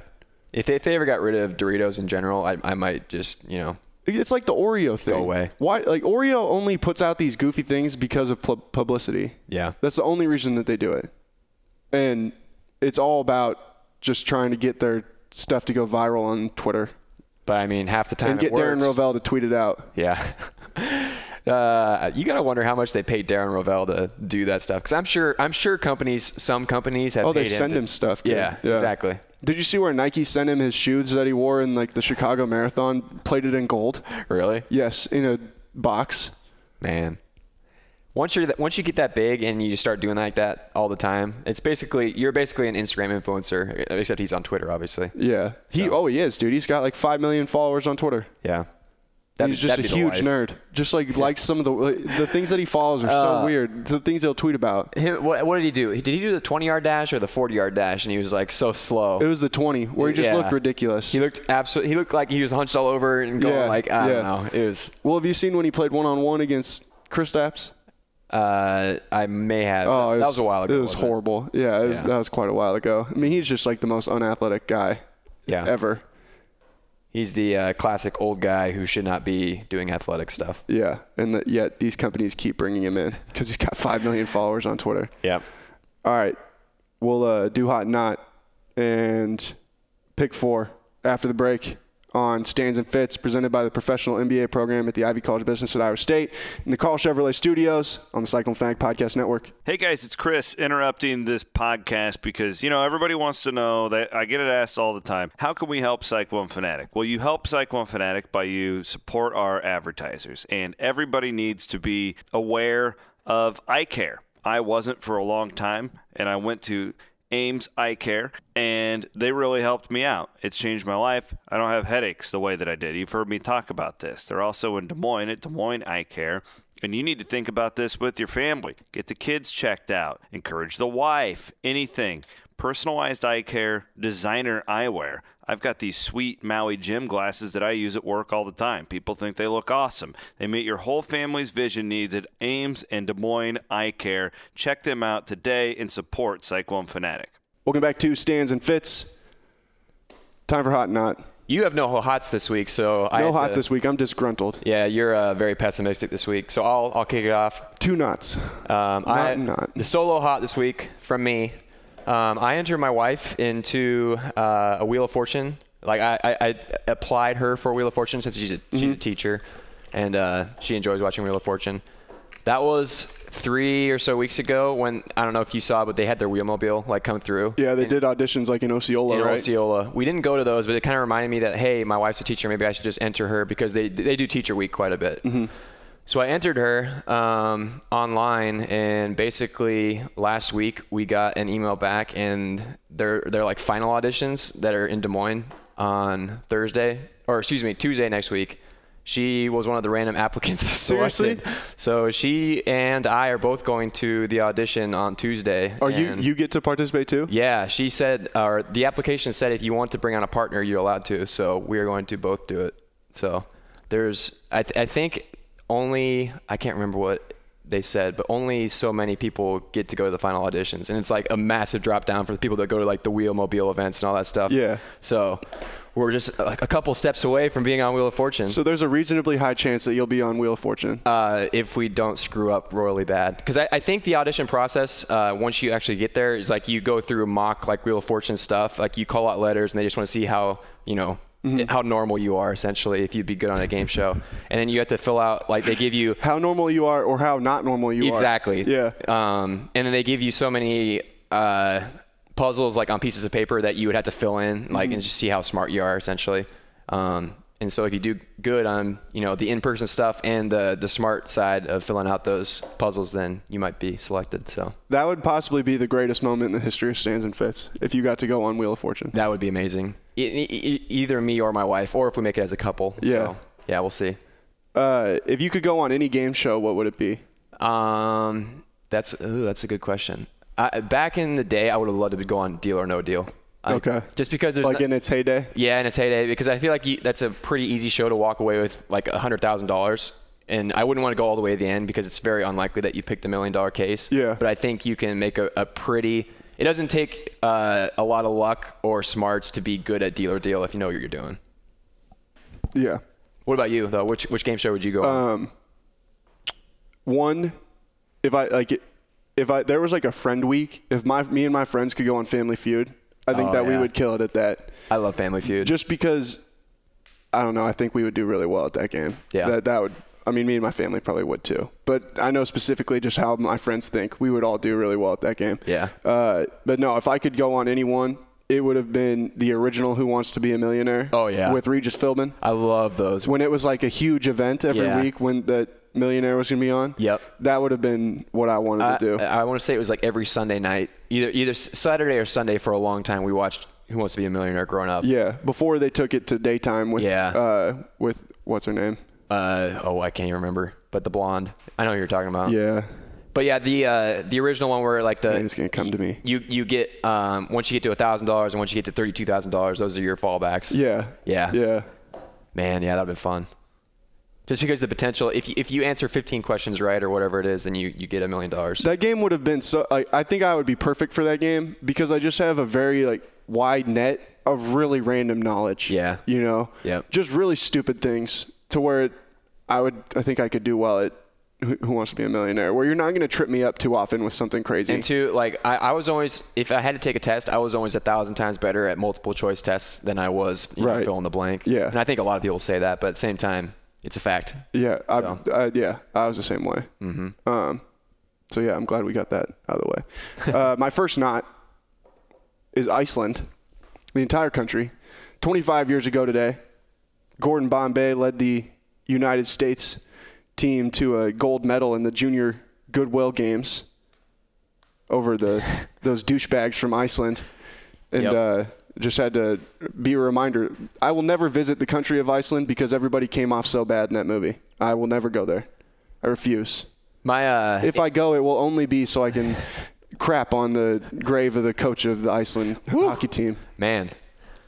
If they, if they ever got rid of Doritos in general, I, I might just, you know,
It's like the Oreo thing.
away.
Why? Like Oreo only puts out these goofy things because of pub- publicity.
yeah.
That's the only reason that they do it, and it's all about just trying to get their stuff to go viral on Twitter
But I mean, half the time
and get
it works.
Darren Rovell to tweet it out.
Yeah. Uh, you gotta wonder how much they paid Darren Rovell to do that stuff, because I'm sure I'm sure companies, some companies have.
Oh, they
paid
send
to-
him stuff. Dude.
Yeah, exactly.
Did you see where Nike sent him his shoes that he wore in like the Chicago Marathon, plated in gold?
Really,
Yes, in a box.
man. Once you're that, once you get that big and you start doing like that all the time, it's basically you're basically an Instagram influencer, except he's on Twitter, obviously.
Yeah. He oh he is, dude. He's got like 5 million followers on Twitter.
Yeah.
He's just a huge nerd. Just like likes some of the like, the things that he follows are
Uh,
so weird. The things he'll tweet about.
Him, what, what did he do? Did he do the 20 yard dash or the 40 yard dash? And he was like so slow.
It was the 20 where he just
Yeah.
looked ridiculous.
He looked absolutely. He looked like he was hunched all over and going
Yeah,
like I
yeah.
don't know. It was.
well, have you seen when he played one-on-one against Chris Stapps? Oh,
Uh, I may have.
it
that was a while ago.
It was
wasn't
horrible. Yeah, it was,
Yeah.
that was quite a while ago. I mean, he's just like the most unathletic guy
Yeah.
ever.
He's the uh, classic old guy who should not be doing athletic stuff.
Yeah, and that yet these companies keep bringing him in because he's got five million followers on Twitter.
Yeah.
All right, we'll uh, do hot not and pick four after the break on stands and fits presented by the professional MBA program at the Ivy College of Business at Iowa State in the Carl Chevrolet Studios on the Cyclone Fanatic Podcast Network.
Hey guys, it's Chris interrupting this podcast because you know everybody wants to know that I get it asked all the time. How can we help Psych One Fanatic? Well, you help Psych One Fanatic by you support our advertisers, and everybody needs to be aware of eye care. I wasn't for a long time, and I went to Ames Eye Care, and they really helped me out. It's changed my life. I don't have headaches the way that I did. You've heard me talk about this. They're also in Des Moines at Des Moines Eye Care. And you need to think about this with your family. Get the kids checked out, encourage the wife, anything. Personalized eye care, designer eyewear. I've got these sweet Maui Jim glasses that I use at work all the time. People think they look awesome. They meet your whole family's vision needs at Ames and Des Moines Eye Care. Check them out today and support Cyclone Fanatic.
Welcome back to stands and fits. Time for hot not.
You have no hots this week, so I
No
had
hots
to-
this week. I'm disgruntled.
Yeah, you're uh, very pessimistic this week, so I'll I'll kick it off.
Two knots.
Um, I,
Not not.
The solo hot this week from me. Um, I entered my wife into uh,
Mm-hmm.
a Wheel of Fortune. Like I, I, I applied her for a Wheel of Fortune since she's a, she's a teacher, and uh, she enjoys watching Wheel of Fortune. That was three or so weeks ago when I don't know if you saw, but they had their wheelmobile like come through.
Yeah, they did auditions like in Osceola,
in
right?
Osceola. We didn't go to those, but it kind of reminded me that hey, my wife's a teacher. Maybe I should just enter her because they they do teacher week quite a bit.
Mm-hmm.
So I entered her um, online, and basically last week we got an email back, and they're they're like final auditions that are in Des Moines on Thursday, or excuse me, Tuesday next week. She was one of the random applicants.
Seriously?
selected. So she and I are both going to the audition on Tuesday.
Are you
and-
you get to participate too?
yeah, she said, or the application said, if you want to bring on a partner, you're allowed to. So we are going to both do it. So there's, I, th- I think only I can't remember what they said, but only so many people get to go to the final auditions, and it's like a massive drop down for the people that go to like the wheelmobile events and all that stuff.
Yeah.
So we're just uh, like a couple steps away from being on Wheel of Fortune.
So there's a reasonably high chance that you'll be on Wheel of Fortune.
uh, if we don't screw up royally bad. Because I, I think the audition process, uh, once you actually get there, is like you go through mock like Wheel of Fortune stuff. Like you call out letters, and they just want to see how you know how normal you are essentially if you'd be good on a game show. And then you have to fill out like they give you
how normal you are or how not normal you are.
exactly
Yeah.
Um, and then they give you so many. Uh, puzzles like on pieces of paper that you would have to fill in like
Mm-hmm.
and just see how smart you are essentially um, and so if you do good on you know the in-person stuff and the the smart side of filling out those puzzles then you might be selected so
That would possibly be the greatest moment in the history of stands and fits if you got to go on Wheel of Fortune.
that would be amazing e- e- e- either me or my wife or if we make it as a couple
Yeah.
so, yeah we'll see
Uh, if you could go on any game show, what would it be?
Um, that's ooh, that's a good question. I, back in the day, I would have loved to go on Deal or No Deal. I-
Okay.
Just because there's
Like
no-
in its heyday?
yeah, and it's heyday because I feel like you, that's a pretty easy show to walk away with like a hundred thousand dollars, and I wouldn't want to go all the way to the end because it's very unlikely that you pick the million dollar case.
Yeah.
But I think you can make a, a pretty. It doesn't take uh, a lot of luck or smarts to be good at Deal or Deal if you know what you're doing.
Yeah.
What about you though? Which which game show would you go
Uh,
on?
One, if I like, if I there was like a friend week, if my me and my friends could go on Family Feud, I think
Oh,
that we
yeah.
would kill it at that.
I love Family Feud.
Just because, I don't know, I think we would do really well at that game.
Yeah.
That that would. I mean, me and my family probably would too, but I know specifically just how my friends think we would all do really well at that game.
Yeah.
Uh, but no, if I could go on any one, it would have been the original Who Wants to Be a Millionaire.
Oh, yeah.
With Regis Philbin.
I love those.
when it was like a huge event every
Yeah.
week when that millionaire was gonna be on.
Yep.
That would have been what I wanted
I,
to do.
I want to say it was like every Sunday night, either either S- Saturday or Sunday for a long time. We watched Who Wants to Be a Millionaire growing up.
yeah. Before they took it to daytime with
Yeah.
uh with what's her name?
Uh, oh, I can't even remember. But the blonde, I know who you're talking about.
Yeah.
But yeah, the uh, the original one where like the
And it's gonna come to me.
you you get um, once you get to a thousand dollars and once you get to thirty two thousand dollars, those are your fallbacks.
Yeah.
Yeah.
Yeah.
Man, yeah, that'd be fun. Just because the potential, if you, if you answer 15 questions right or whatever it is, then you, you get a million dollars.
That game would have been so like I think I would be perfect for that game because I just have a very like wide net of really random knowledge.
Yeah.
You know?
Yep.
Just really stupid things to where it, I would I think I could do well at who Who wants to be a millionaire? Where you're not going to trip me up too often with something crazy.
And two, like I, I was always, if I had to take a test, I was always a thousand times better at multiple choice tests than I was you know,
Right.
fill in the blank.
Yeah.
And I think a lot of people say that, but at the same time, it's a fact.
Yeah, I,
So.
I, yeah, I was the same way. Mm-hmm. Um, so yeah, I'm glad we got that out of the way. Uh, my first knot is Iceland, the entire country. 25 years ago today, Gordon Bombay led the United States team to a gold medal in the Junior Goodwill Games over the those douchebags from Iceland, and
Yep.
uh, just had to be a reminder. I will never visit the country of Iceland because everybody came off so bad in that movie. I will never go there. I refuse.
My uh,
If I go, it will only be so I can crap on the grave of the coach of the Iceland hockey team.
man,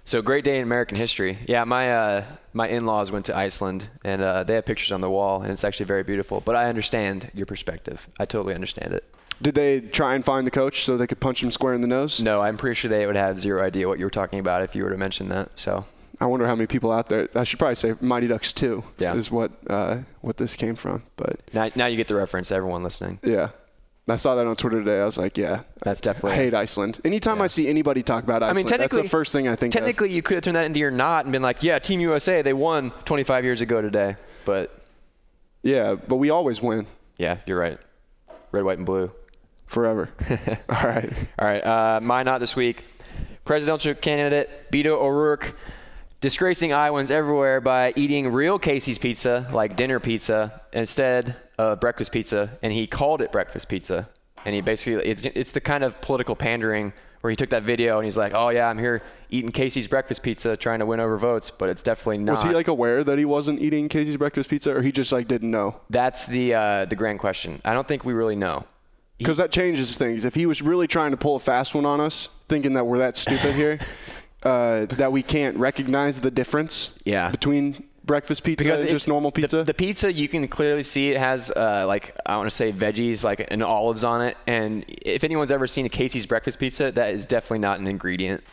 so great day in American history. Yeah, my uh, my in-laws went to Iceland, and uh, they have pictures on the wall, and it's actually very beautiful. But I understand your perspective. I totally understand it.
Did they try and find the coach so they could punch him square in the nose?
No, I'm pretty sure they would have zero idea what you were talking about if you were to mention that. So
I wonder how many people out there. I should probably say Mighty Ducks Two
Yeah.
is what uh, what this came from. But
now, now you get the reference. Everyone listening,
yeah, I saw that on Twitter today. I was like, yeah,
that's
I
definitely
hate Iceland. Anytime I see anybody talk about Iceland, that's the
technically-
first thing I think. of.
Technically, you could have turned that into your knot and been like, "Yeah, Team USA, they won 25 years ago today." But
Yeah, but we always win
Yeah, you're right. Red, white, and blue.
forever. All right.
All right, uh, my not this week. Presidential candidate Beto O'Rourke disgracing Iowans everywhere by eating real Casey's pizza, like dinner pizza, instead of breakfast pizza, and he called it breakfast pizza. And he basically, it's, it's the kind of political pandering where he took that video and he's like, "Oh yeah, I'm here eating Casey's breakfast pizza, trying to win over votes," but it's definitely not.
Was he like aware that he wasn't eating Casey's breakfast pizza, or he just like didn't know?
That's the uh, the grand question. I don't think we really know.
Because that changes things. If he was really trying to pull a fast one on us, thinking that we're that stupid here, uh, that we can't recognize the difference
Yeah.
between breakfast pizza and
it's-
just normal
the-
pizza.
The, pizza you can clearly see it has uh, like I want to say veggies, like and olives on it. And if anyone's ever seen a Casey's breakfast pizza, that is definitely not an ingredient.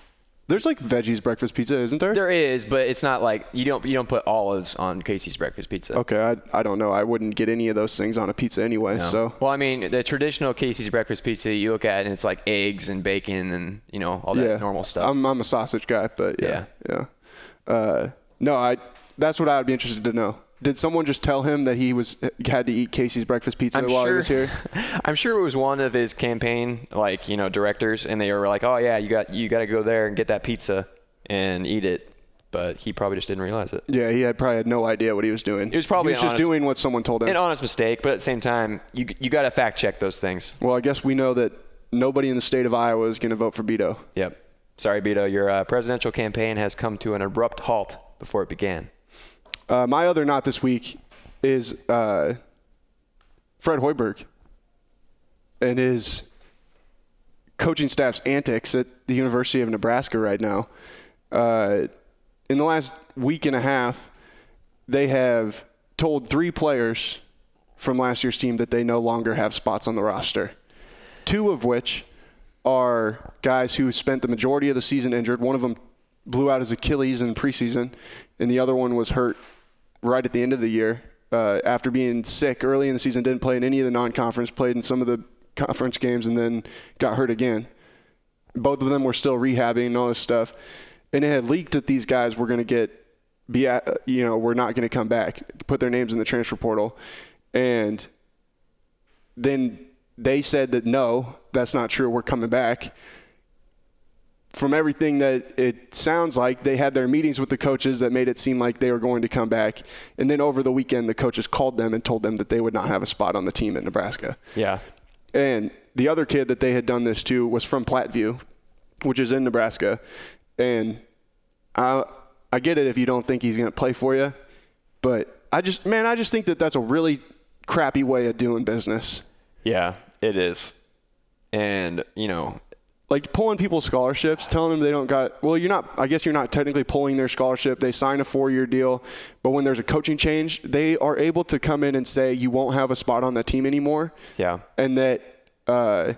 There's like veggies breakfast pizza, isn't there?
There is, but it's not like you don't you don't put olives on Casey's breakfast pizza.
okay, I, I don't know. I wouldn't get any of those things on a pizza anyway. So
Well, I mean, the traditional Casey's breakfast pizza you look at it and it's like eggs and bacon and you know all that
yeah,
normal stuff.
I'm I'm a sausage guy, but yeah, yeah. Uh, no, I. That's what I would be interested to know. Did someone just tell him that he was had to eat Casey's breakfast pizza while he was here?
I'm sure it was one of his campaign, like you know, directors, and they were like, "Oh yeah, you got you got to go there and get that pizza and eat it," but he probably just didn't realize it.
Yeah, he had probably had no idea what he was doing. He
was probably
he was
an
just
honest-
doing what someone told him.
An honest mistake, but at the same time, you you got to fact check those things.
Well, I guess we know that nobody in the state of Iowa is going to vote for Beto.
Yep. Sorry, Beto, your uh, presidential campaign has come to an abrupt halt before it began.
Uh, my other not this week is uh, Fred Hoiberg and his coaching staff's antics at the University of Nebraska right now. Uh, in the last week and a half, they have told three players from last year's team that they no longer have spots on the roster. Two of which are guys who spent the majority of the season injured. One of them blew out his Achilles in preseason, and the other one was hurt right at the end of the year uh, after being sick early in the season. Didn't play in any of the non-conference. Played in some of the conference games, and then got hurt again both of them were still rehabbing and all this stuff. And it had leaked that these guys were going to get, be at, you know, were not going to come back, put their names in the transfer portal. And then they said that no, that's not true. We're coming back. From everything that it sounds like, they had their meetings with the coaches that made it seem like they were going to come back. And then over the weekend, the coaches called them and told them that they would not have a spot on the team at Nebraska.
Yeah.
And the other kid that they had done this to was from Platteview, which is in Nebraska. And I, I get it if you don't think he's going to play for you, but I just, man, I just think that that's a really crappy way of doing business.
Yeah, it is. And you know,
Like pulling people's scholarships, telling them they don't got. Well, you're not. I guess you're not technically pulling their scholarship. They sign a four-year deal, but when there's a coaching change, they are able to come in and say you won't have a spot on that team anymore.
yeah.
and that uh,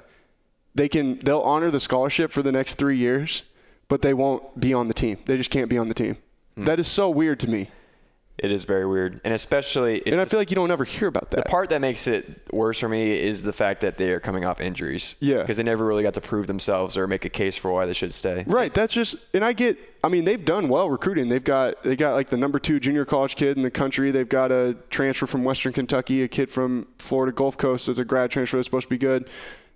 they can they'll honor the scholarship for the next three years, but they won't be on the team. They just can't be on the team.
Hmm.
That is so weird to me,
It is very weird, and especially it's
and I feel like you don't ever hear about that.
The part that makes it worse for me is the fact that they are coming off injuries.
Yeah.
Because they never really got to prove themselves or make a case for why they should stay.
right? That's just, and I get. I mean, they've done well recruiting. They've got they got like the number two junior college kid in the country. They've got a transfer from Western Kentucky, a kid from Florida Gulf Coast as a grad transfer that's supposed to be good.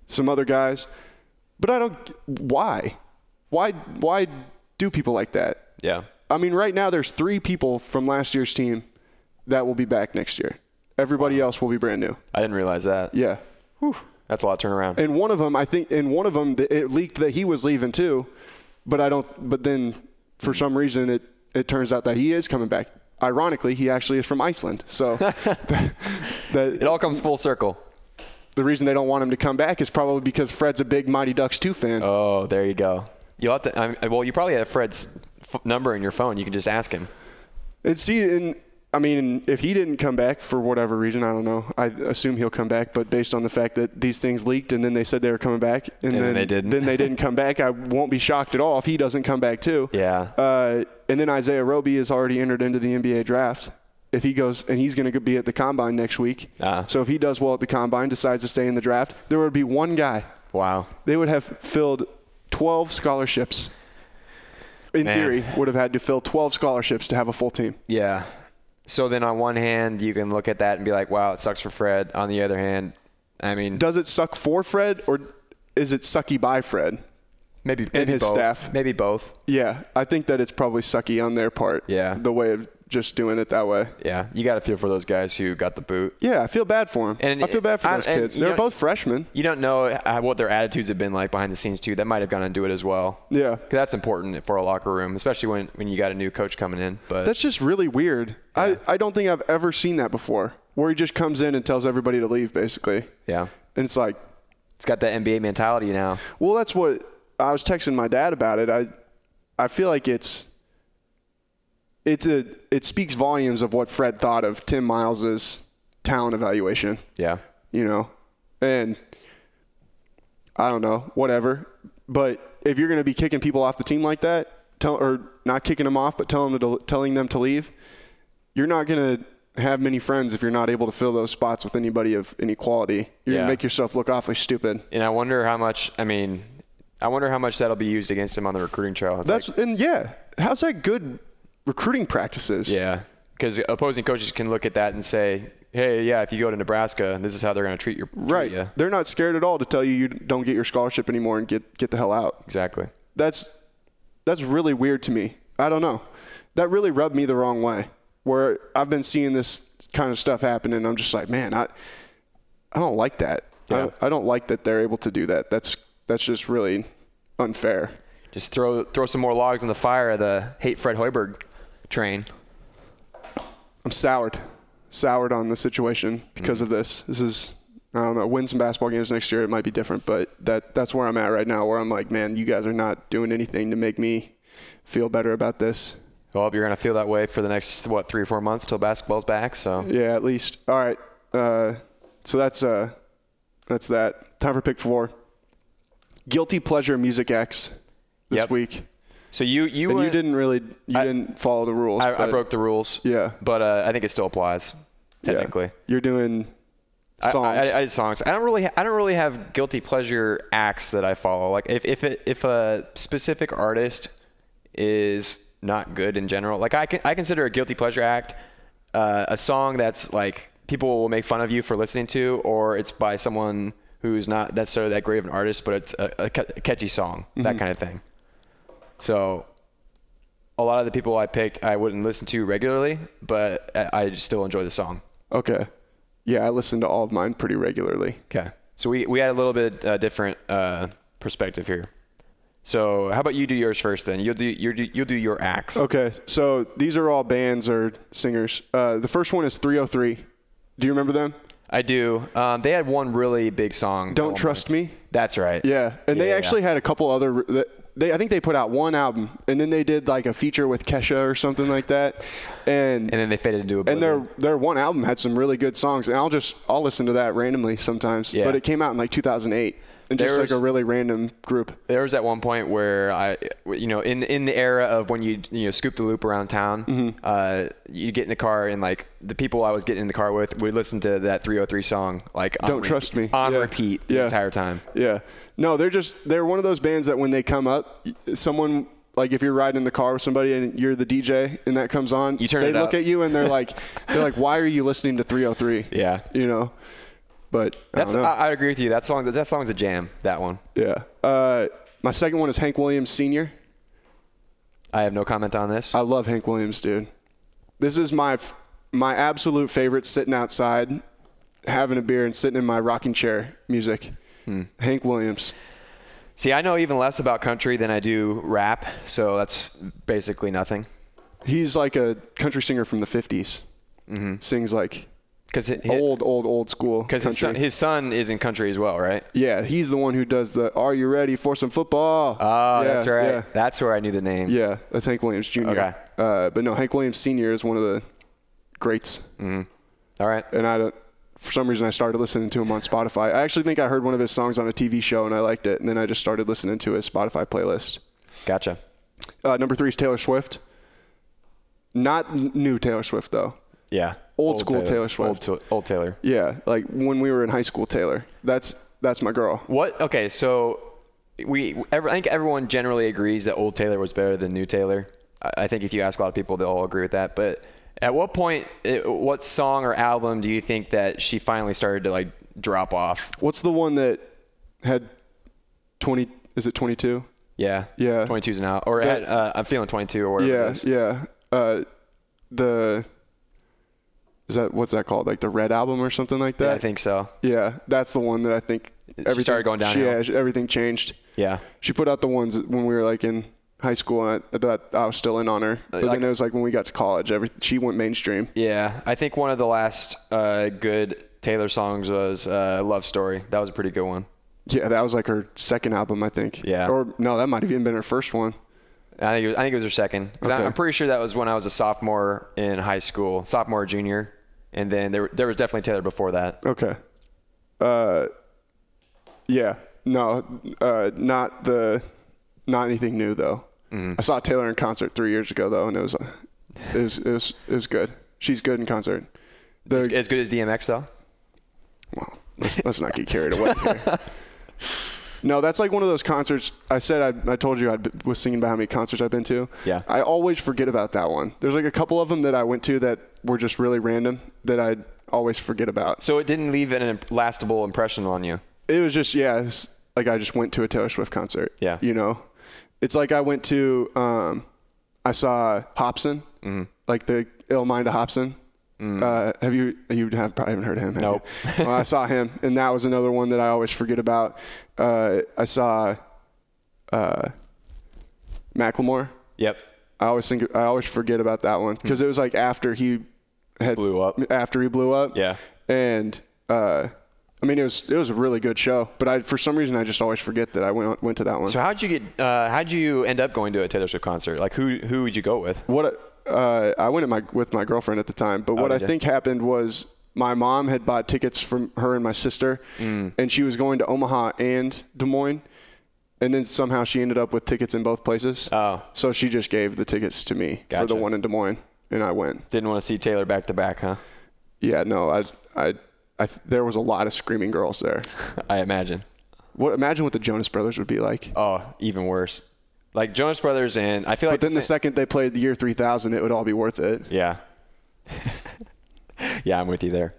Some other guys, but I don't. Why? Why? Why do people like that?
Yeah.
I mean, right now there's three people from last year's team that will be back next year. Everybody else will be brand new.
I didn't realize that.
Yeah,
That's a lot of turnaround.
and one of them, I think, and one of them, it leaked that he was leaving too, but I don't. But then, for some reason, it it turns out that he is coming back. Ironically, he actually is from Iceland. So that,
it all comes full circle.
the reason they don't want him to come back is probably because Fred's a big Mighty Ducks two fan.
Oh, there you go. You'll have to, I'm, well, you probably have Fred's f- number in your phone. You can just ask him.
And see, and I mean, if he didn't come back for whatever reason, I don't know. I assume he'll come back, but based on the fact that these things leaked and then they said they were coming back, and,
then
then
they didn't.
then they didn't come back, I won't be shocked at all if he doesn't come back too.
Yeah.
Uh, and then Isaiah Roby is already entered into the NBA draft. If he goes and he's going to be at the combine next week,
Ah.
so if he does well at the combine, decides to stay in the draft, there would be one guy.
Wow.
They would have filled 12 scholarships. In
Man.
theory, would have had to fill 12 scholarships to have a full team.
Yeah. So then on one hand, you can look at that and be like, wow, it sucks for Fred. On the other hand, I mean,
Does it suck for Fred or is it sucky by Fred?
maybe, maybe
his
both.
staff.
Maybe both.
Yeah, I think that it's probably sucky on their part.
Yeah.
The way of just doing it that way.
Yeah. You got to feel for those guys who got the boot.
Yeah, I feel bad for him.
And
I feel bad for
I-
those
and
kids.
you
They're
know-
both freshmen.
You don't know uh, what their attitudes have been like behind the scenes, too. That might have gone into it as well.
Yeah.
'Cause that's important for a locker room, especially when, when you got a new coach coming in. But
That's just really weird. I, I don't think I've ever seen that before, where he just comes in and tells everybody to leave, basically.
yeah,
And it's like,
it's got that NBA mentality now.
well, that's what I was texting my dad about it. I, I feel like it's, it's a, it speaks volumes of what Fred thought of Tim Miles's talent evaluation.
Yeah.
you know, and I don't know, whatever. But if you're going to be kicking people off the team like that, tell or not kicking them off, but telling them to, telling them to leave, you're not going to have many friends if you're not able to fill those spots with anybody of any quality. You're going
Yeah.
to make yourself look awfully stupid.
And I wonder how much, I mean, I wonder how much that'll be used against him on the recruiting trail. It's
That's and yeah, how's that good recruiting practices?
Yeah, because opposing coaches can look at that and say, "Hey, yeah, if you go to Nebraska, this is how they're going to treat your treat
Right.
ya."
They're not scared at all to tell you you don't get your scholarship anymore and get get the hell out.
Exactly.
that's that's really weird to me. I don't know. That really rubbed me the wrong way. Where I've been seeing this kind of stuff happen, and I'm just like, man, I I don't like that.
Yeah.
I, I don't like that they're able to do that. That's that's just really unfair.
Just throw throw some more logs on the fire of the hate Fred Hoiberg train.
I'm soured, soured on the situation because
Mm-hmm.
of this. This is I don't know. Win some basketball games next year, it might be different, but that that's where I'm at right now. Where I'm like, man, you guys are not doing anything to make me feel better about this.
Well, you're going to feel that way for the next what three or four months till basketball's back. So
Yeah, at least. All right. Uh, so that's uh, that's that. Time for pick four. Guilty pleasure music X this
Yep.
week,
so you you,
and you
went-
didn't really you didn't follow the rules.
I, I
but-
broke the rules.
Yeah.
But uh, I think it still applies
yeah.
technically.
You're doing
I-
songs.
I, I, I did songs. I don't really, I don't really have guilty pleasure acts that I follow. Like if if it, if a specific artist is not good in general, like I can I consider a guilty pleasure act uh, a song that's like people will make fun of you for listening to, or it's by someone who's not necessarily that great of an artist, but it's a, a ca- a catchy song, that kind of thing. So. A lot of the people I picked, I wouldn't listen to regularly, but I I still enjoy the song.
okay. Yeah, I listen to all of mine pretty regularly.
Okay. So we, we had a little bit uh, different uh, perspective here. So how about you do yours first then? You'll do your you'll do your acts.
Okay, so these are all bands or singers. Uh, the first one is 303. Do you remember them?
I do. Um, they had one really big song.
Don't
Oh,
trust me.
That's right.
Yeah, and they
Yeah, yeah.
actually had a couple other. They I think they put out one album, and then they did like a feature with Kesha or something like that, and
And then they faded into a.
and their their one album had some really good songs, and I'll just I'll listen to that randomly sometimes.
Yeah.
But it came out in like 2008, and just
There
like
was-
a really random group.
there was at one point where I, you know, in in the era of when you you know scoop the loop around town,
Mm-hmm.
uh, you get in the car and like the people I was getting in the car with would listen to that 303 song like on
Don't
repeat-
trust me
on
Yeah.
repeat the
Yeah.
entire time.
Yeah. No, they're just they're one of those bands that when they come up, someone like if you're riding in the car with somebody and you're the DJ and that comes on,
You turn
they
it
look
up.
at you and they're like they're like why are you listening to 303?
Yeah.
You know. But I
That's uh,
don't know.
I, I agree with you. That song that song's a jam. That one.
Yeah. Uh, my second one is Hank Williams Sr.
I have no comment on this.
I love Hank Williams, dude. This is my f- my absolute favorite sitting outside, having a beer and sitting in my rocking chair music.
Hmm.
Hank Williams.
See, I know even less about country than I do rap, so that's basically nothing.
He's like a country singer from the 50s.
Mm-hmm.
Sings like
Because
old, old, old school country.
his, son, his son is in country as well, right?
yeah, he's the one who does the "Are you ready for some football?"
Oh,
yeah,
that's right.
Yeah.
That's where I knew the name.
Yeah, that's Hank Williams Jr.
Okay.
Uh, but no, Hank Williams Sr. is one of the greats.
Mm. All right.
and I don't. For some reason, I started listening to him on Spotify. I actually think I heard one of his songs on a TV show and I liked it, and then I just started listening to his Spotify playlist.
Gotcha.
Uh, number three is Taylor Swift. Not n- new Taylor Swift though.
Yeah.
Old school Taylor Swift.
Old, Ta- old Taylor.
Yeah, like when we were in high school, Taylor. That's that's my girl.
What? Okay, so we. Every, I think everyone generally agrees that old Taylor was better than new Taylor. I, I think if you ask a lot of people, they'll all agree with that. But At what point, it, what song or album do you think that she finally started to like drop off?
What's the one that had 20? Is it 22?
Yeah.
Yeah.
22's an out. Or
That-
had, uh, I'm feeling 22 or whatever it
Yeah,
is.
yeah. Uh, the is that what's that called? Like the Red Album or something like that.
I think so.
Yeah, that's the one that I think everything
started going downhill.
Yeah, she- everything changed.
Yeah.
She put out the ones when we were like in high school, and I, that I was still in on her. But
Like-
then it was like when we got to college, every she went mainstream.
Yeah. I think one of the last uh, good Taylor songs was uh, Love Story. That was a pretty good one.
Yeah, that was like her second album, I think.
Yeah.
Or no, that might have even been her first one.
I think it was, I think it was her second. 'Cause I-
Okay.
I'm pretty sure that was when I was a sophomore in high school, sophomore, junior. And then there, there was definitely Taylor before that.
Okay. Uh, yeah. No, uh, not the, not anything new though. I saw Taylor in concert three years ago though, and it was, uh, it was, it was, it was good. She's good in concert. The,
As good as DMX, though.
well, let's, let's not get carried away here. No, that's like one of those concerts. I said I, I told you I was singing about how many concerts I've been to.
Yeah.
I always forget about that one. There's like a couple of them that I went to that were just really random that I always forget about.
So it didn't leave an imp- lastable impression on you.
it was just yeah, it's like I just went to a Taylor Swift concert.
Yeah.
you know, it's like I went to um, I saw Hobson,
Mm-hmm.
like the ill mind of Hobson. Uh, have you you have probably haven't heard of him? have you?
Mm. Nope.
well, I saw him, and that was another one that I always forget about. Uh, I saw uh, Macklemore.
Yep.
I always think I always forget about that one
Hmm.
because it was like after he had
Blew up.
After he blew up,
Yeah.
And uh, I mean, it was it was a really good show, but I for some reason I just always forget that I went went to that one.
So how'd you get? Uh, how'd you end up going to a Taylor Swift concert? Like who who would you go with?
what uh, I went at my, with my girlfriend at the time, but what I
Oh, did ya?
think happened was my mom had bought tickets from her and my sister,
Mm.
and she was going to Omaha and Des Moines, and then somehow she ended up with tickets in both places.
Oh.
so she just gave the tickets to me for
Gotcha.
the one in Des Moines, and I went.
Didn't want to see Taylor back to back, huh?
Yeah, no, I, I, I, there was a lot of screaming girls there.
I imagine.
What? Imagine what the Jonas Brothers would be like.
Oh, even worse. Like Jonas Brothers and I feel like
But then the
sa-
second they played the year 3000, it would all be worth it.
yeah. yeah, I'm with you there.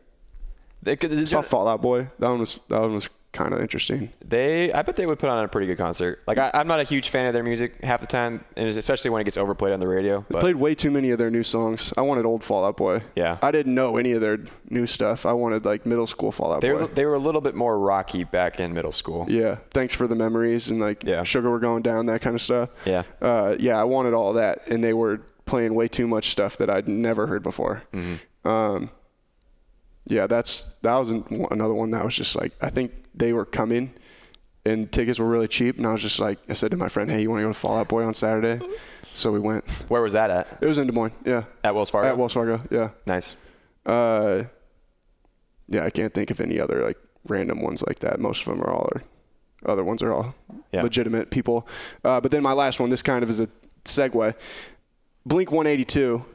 They, could, the
I saw
Jon-
Fallout Boy. That one was that one was kind of interesting.
they, I bet they would put on a pretty good concert. Like I, I'm not a huge fan of their music half the time, and especially when it gets overplayed on the radio. But
Played way too many of their new songs. I wanted old Fallout Boy.
Yeah.
I didn't know any of their new stuff. I wanted like middle school Fallout
they
Boy.
were, they were a little bit more rocky back in middle school.
yeah. Thanks for the memories and like
Yeah.
sugar we're going down that kind of stuff.
Yeah.
Uh, yeah. I wanted all that, and they were playing way too much stuff that I'd never heard before.
Mm-hmm.
Um, yeah, that's that was an- another one that was just like I think they were coming, and tickets were really cheap, and I was just like I said to my friend, "Hey, you want to go to Fallout Boy on Saturday?" So we went.
Where was that at?
It was in Des Moines. Yeah.
At Wells Fargo.
At Wells Fargo. Yeah.
nice.
Uh, yeah, I can't think of any other like random ones like that. Most of them are all, or other ones are all
Yeah.
legitimate people. Uh, but then my last one, this kind of is a segue. Blink 182.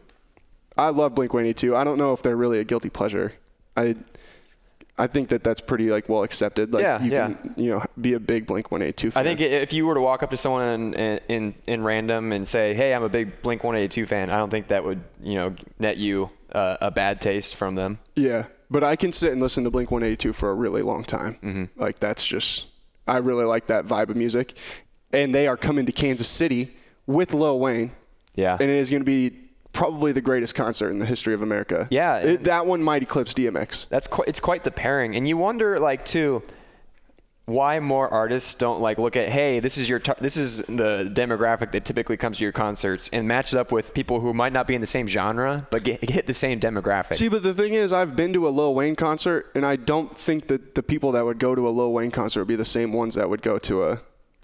I love Blink 182. I don't know if they're really a guilty pleasure. I, I think that that's pretty like well accepted. Like
Yeah,
you
yeah.
can you know be a big Blink 182 fan.
I think i- if you were to walk up to someone in, in, in, random and say, "Hey, I'm a big Blink 182 fan," I don't think that would you know net you uh, a bad taste from them.
Yeah, but I can sit and listen to Blink 182 for a really long time.
Mm-hmm.
Like that's just I really like that vibe of music, and they are coming to Kansas City with Lil Wayne,
Yeah,
and it is going to be probably the greatest concert in the history of America.
Yeah,
It-
and-
that one might eclipse DMX.
that's quite it's quite the pairing, and you wonder like too why more artists don't like look at hey this is your tar- this is the demographic that typically comes to your concerts and match it up with people who might not be in the same genre but get, hit the same demographic
See, but the thing is, I've been to a Lil Wayne concert, and I don't think that the people that would go to a Lil Wayne concert would be the same ones that would go to a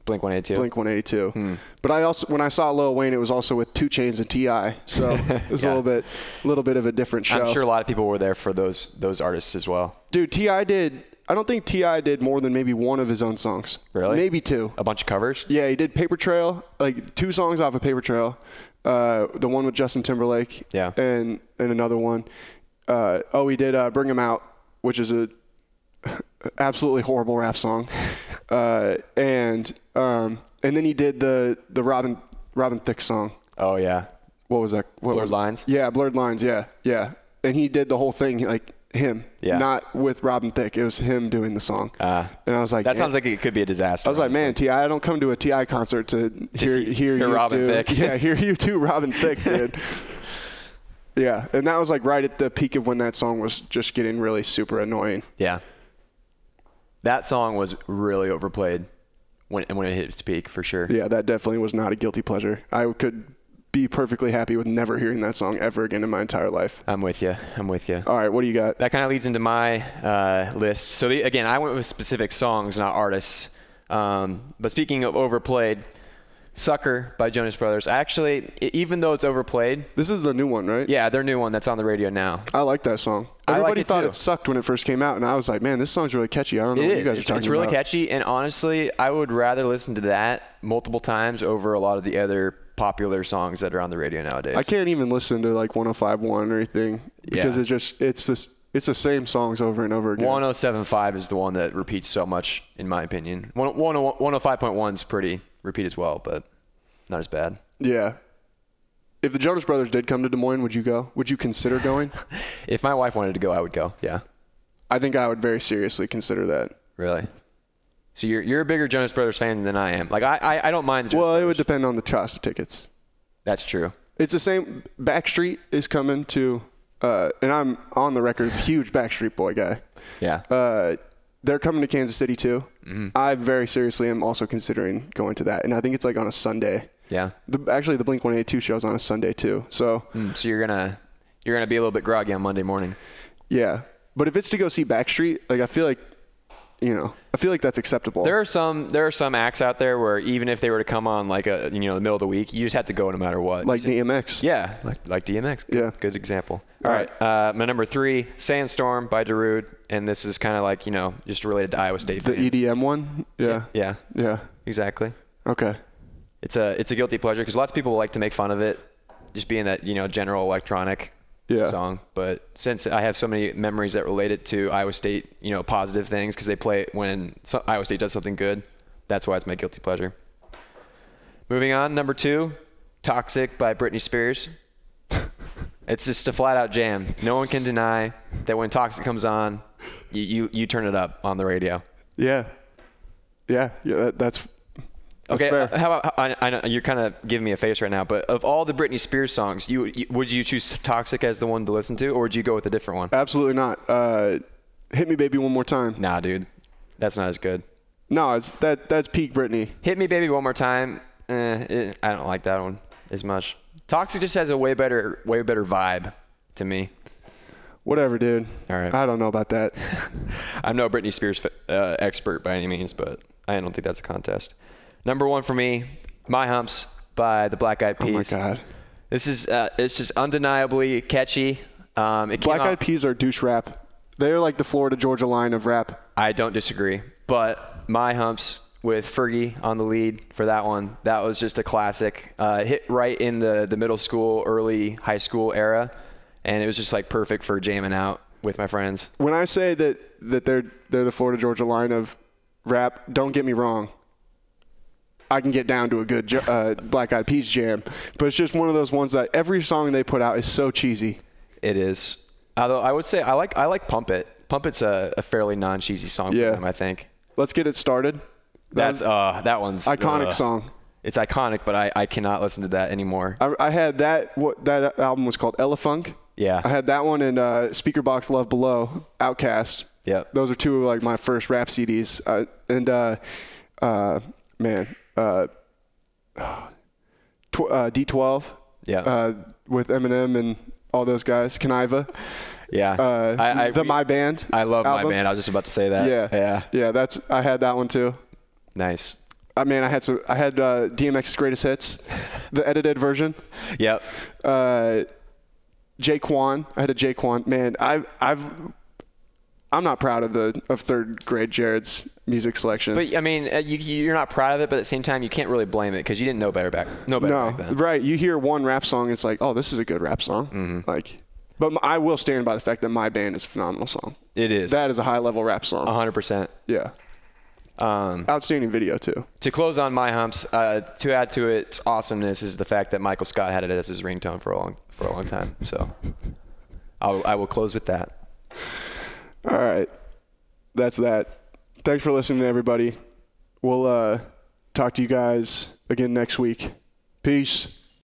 blink 182
Blink 182.
Hmm.
But I also, when I saw Lil Wayne, it was also with Two Chains and Ti, so it was
Yeah.
a little bit, a little bit of a different show.
i'm sure a lot of people were there for those those artists as well
Dude, T.I. did, I don't think T.I. did more than maybe one of his own songs.
Really?
Maybe two.
a bunch of covers
Yeah, he did Paper Trail, like two songs off of Paper Trail. Uh, the one with Justin Timberlake.
Yeah.
And, and another one. Uh, oh, he did uh, Bring Him Out, which is a absolutely horrible rap song. Uh, and um, and then he did the, the Robin, Robin Thicke song.
oh yeah
what was that? What
Blurred
was-
Lines?
Yeah, blurred lines. Yeah, yeah. And he did the whole thing like him,
Yeah. Ah.
not with Robin Thicke. It was him doing the song. and I was like,
Uh, That
"Man."
sounds like it could be a disaster.
I was like, man, Ti, I don't come to a Ti concert to hear
hear-
hear
hear
you
Robin
do,
Thicke.
yeah, hear you do Robin Thicke, dude. yeah, and that was like right at the peak of when that song was just getting really super annoying.
Yeah. That song was really overplayed when when it hit its peak for sure.
Yeah, that definitely was not a guilty pleasure. I could be perfectly happy with never hearing that song ever again in my entire life.
I'm with you. I'm with you.
All right, what do you got?
That kind of leads into my uh, list. So the, again, I went with specific songs, not artists. Um, but speaking of overplayed, "Sucker" by Jonas Brothers. Actually, e- even though it's overplayed,
This is the new one, right?
yeah, their new one that's on the radio now.
I like that song.
I like
Everybody
it
thought
too.
it sucked when it first came out, and I was like, man, this song's really catchy. I don't know
It
what
is.
you guys are
It's,
talking
it's really
about.
catchy, and honestly, I would rather listen to that multiple times over a lot of the other popular songs that are on the radio nowadays.
I can't even listen to like 105.1 or anything because
Yeah.
it's just it's this it's the same songs over and over again.
1075 is the one that repeats so much, in my opinion. One- one- 105.1 is pretty repeat as well, but not as bad.
Yeah. If the Jonas Brothers did come to Des Moines, would you go? Would you consider going?
If my wife wanted to go, I would go. Yeah,
I think I would very seriously consider that.
really. So you're you're a bigger Jonas Brothers fan than I am. Like I I, I don't mind the Jonas
Well,
Brothers.
it would depend on the cost of tickets.
That's true.
It's the same. Backstreet is coming to, uh, and I'm on the record as a huge Backstreet Boy guy.
Yeah.
Uh, they're coming to Kansas City too. I very seriously am also considering going to that, and I think it's like on a Sunday.
yeah.
The, actually, the Blink 182 show's on a Sunday too. So
Mm, So you're gonna you're gonna be a little bit groggy on Monday morning.
yeah, but if it's to go see Backstreet, like I feel like, you know, I feel like that's acceptable.
There are some there are some acts out there where even if they were to come on like a you know the middle of the week, you just have to go no matter what.
like E DMX.
Yeah, like, like DMX. Good,
Yeah.
Good example.
All
All right. Uh, my number three, Sandstorm by Darude. And this is kind of like, you know, just related to Iowa State.
The E
fans.
EDM one. Yeah.
Yeah,
Yeah.
exactly.
Okay.
It's a, it's a guilty pleasure because lots of people like to make fun of it, just being that, you know, general electronic
Yeah.
song. But since I have so many memories that relate it to Iowa State, you know, positive things because they play it when so- Iowa State does something good, that's why it's my guilty pleasure. Moving on, number two, Toxic by Britney Spears. It's just a flat out jam. No one can deny that when Toxic comes on, you, you, you turn it up on the radio.
Yeah. Yeah. Yeah. That, that's. That's
okay,
fair.
uh, how about I, I know you're kind of giving me a face right now, but of all the Britney Spears songs, you, you would you choose Toxic as the one to listen to, or would you go with a different one?
Absolutely not. Uh, hit me, baby, one more time.
nah, dude, that's not as good.
No, it's that. That's peak Britney.
Hit me, baby, one more time. Eh, eh, I don't like that one as much. Toxic just has a way better, way better vibe to me.
Whatever, dude.
All right.
I don't know about that.
I'm no Britney Spears uh, expert by any means, but I don't think that's a contest. Number one for me, "My Humps" by the Black Eyed
Oh my
Peas.
God.
This is uh, it's just undeniably catchy. Um, it came
Black
out-
Eyed Peas are douche rap. They're like the Florida Georgia line of rap.
I don't disagree. But my humps with Fergie on the lead for that one, that was just a classic. Uh, hit right in the the middle school, early high school era, and it was just like perfect for jamming out with my friends.
When I say that that they're they're the Florida Georgia line of rap, don't get me wrong. I can get down to a good jo- uh, Black Eyed Peas jam, but it's just one of those ones that every song they put out is so cheesy.
It is. Although I would say I like I like Pump It. Pump It's a, a fairly non cheesy song
Yeah.
for them, I think.
Let's get it started.
That's uh that one's
Iconic
uh,
song.
It's iconic, but I, I cannot listen to that anymore.
I, I had that. What that album was called, Elefunk.
Yeah.
I had that one and uh, Speaker Box Love Below, Outcast.
Yep.
Those are two of like my first rap CDs. Uh, and uh, uh, man, uh, tw- uh, D12.
Yeah.
Uh, with Eminem and all those guys, Kaniva.
yeah.
Uh,
I, I
the
we-
My Band.
I love my
album.
band. I was just about to say that.
Yeah.
Yeah.
Yeah. That's I had that one too.
Nice.
I mean, I had some. I had uh, DMX's Greatest Hits, the edited version.
Yep.
uh, Jaquan. I had a Jaquan. Man, I've I've I'm not proud of the of third grade Jared's music selection.
But I mean, uh, you, you're not proud of it, but at the same time, you can't really blame it because you didn't know better back. No better
no,
back then.
right? You hear one rap song, it's like, oh, this is a good rap song.
Mm-hmm.
Like, but my, I will stand by the fact that my band is a phenomenal song.
It is
That is a high level rap song.
100. percent
Yeah.
Uh-huh. Um,
Outstanding video too.
to close on my humps, uh, to add to its awesomeness is the fact that Michael Scott had it as his ringtone for a long for a long time. So I'll, I will close with that.
All right. That's that. Thanks for listening, everybody. We'll uh, talk to you guys again next week. Peace.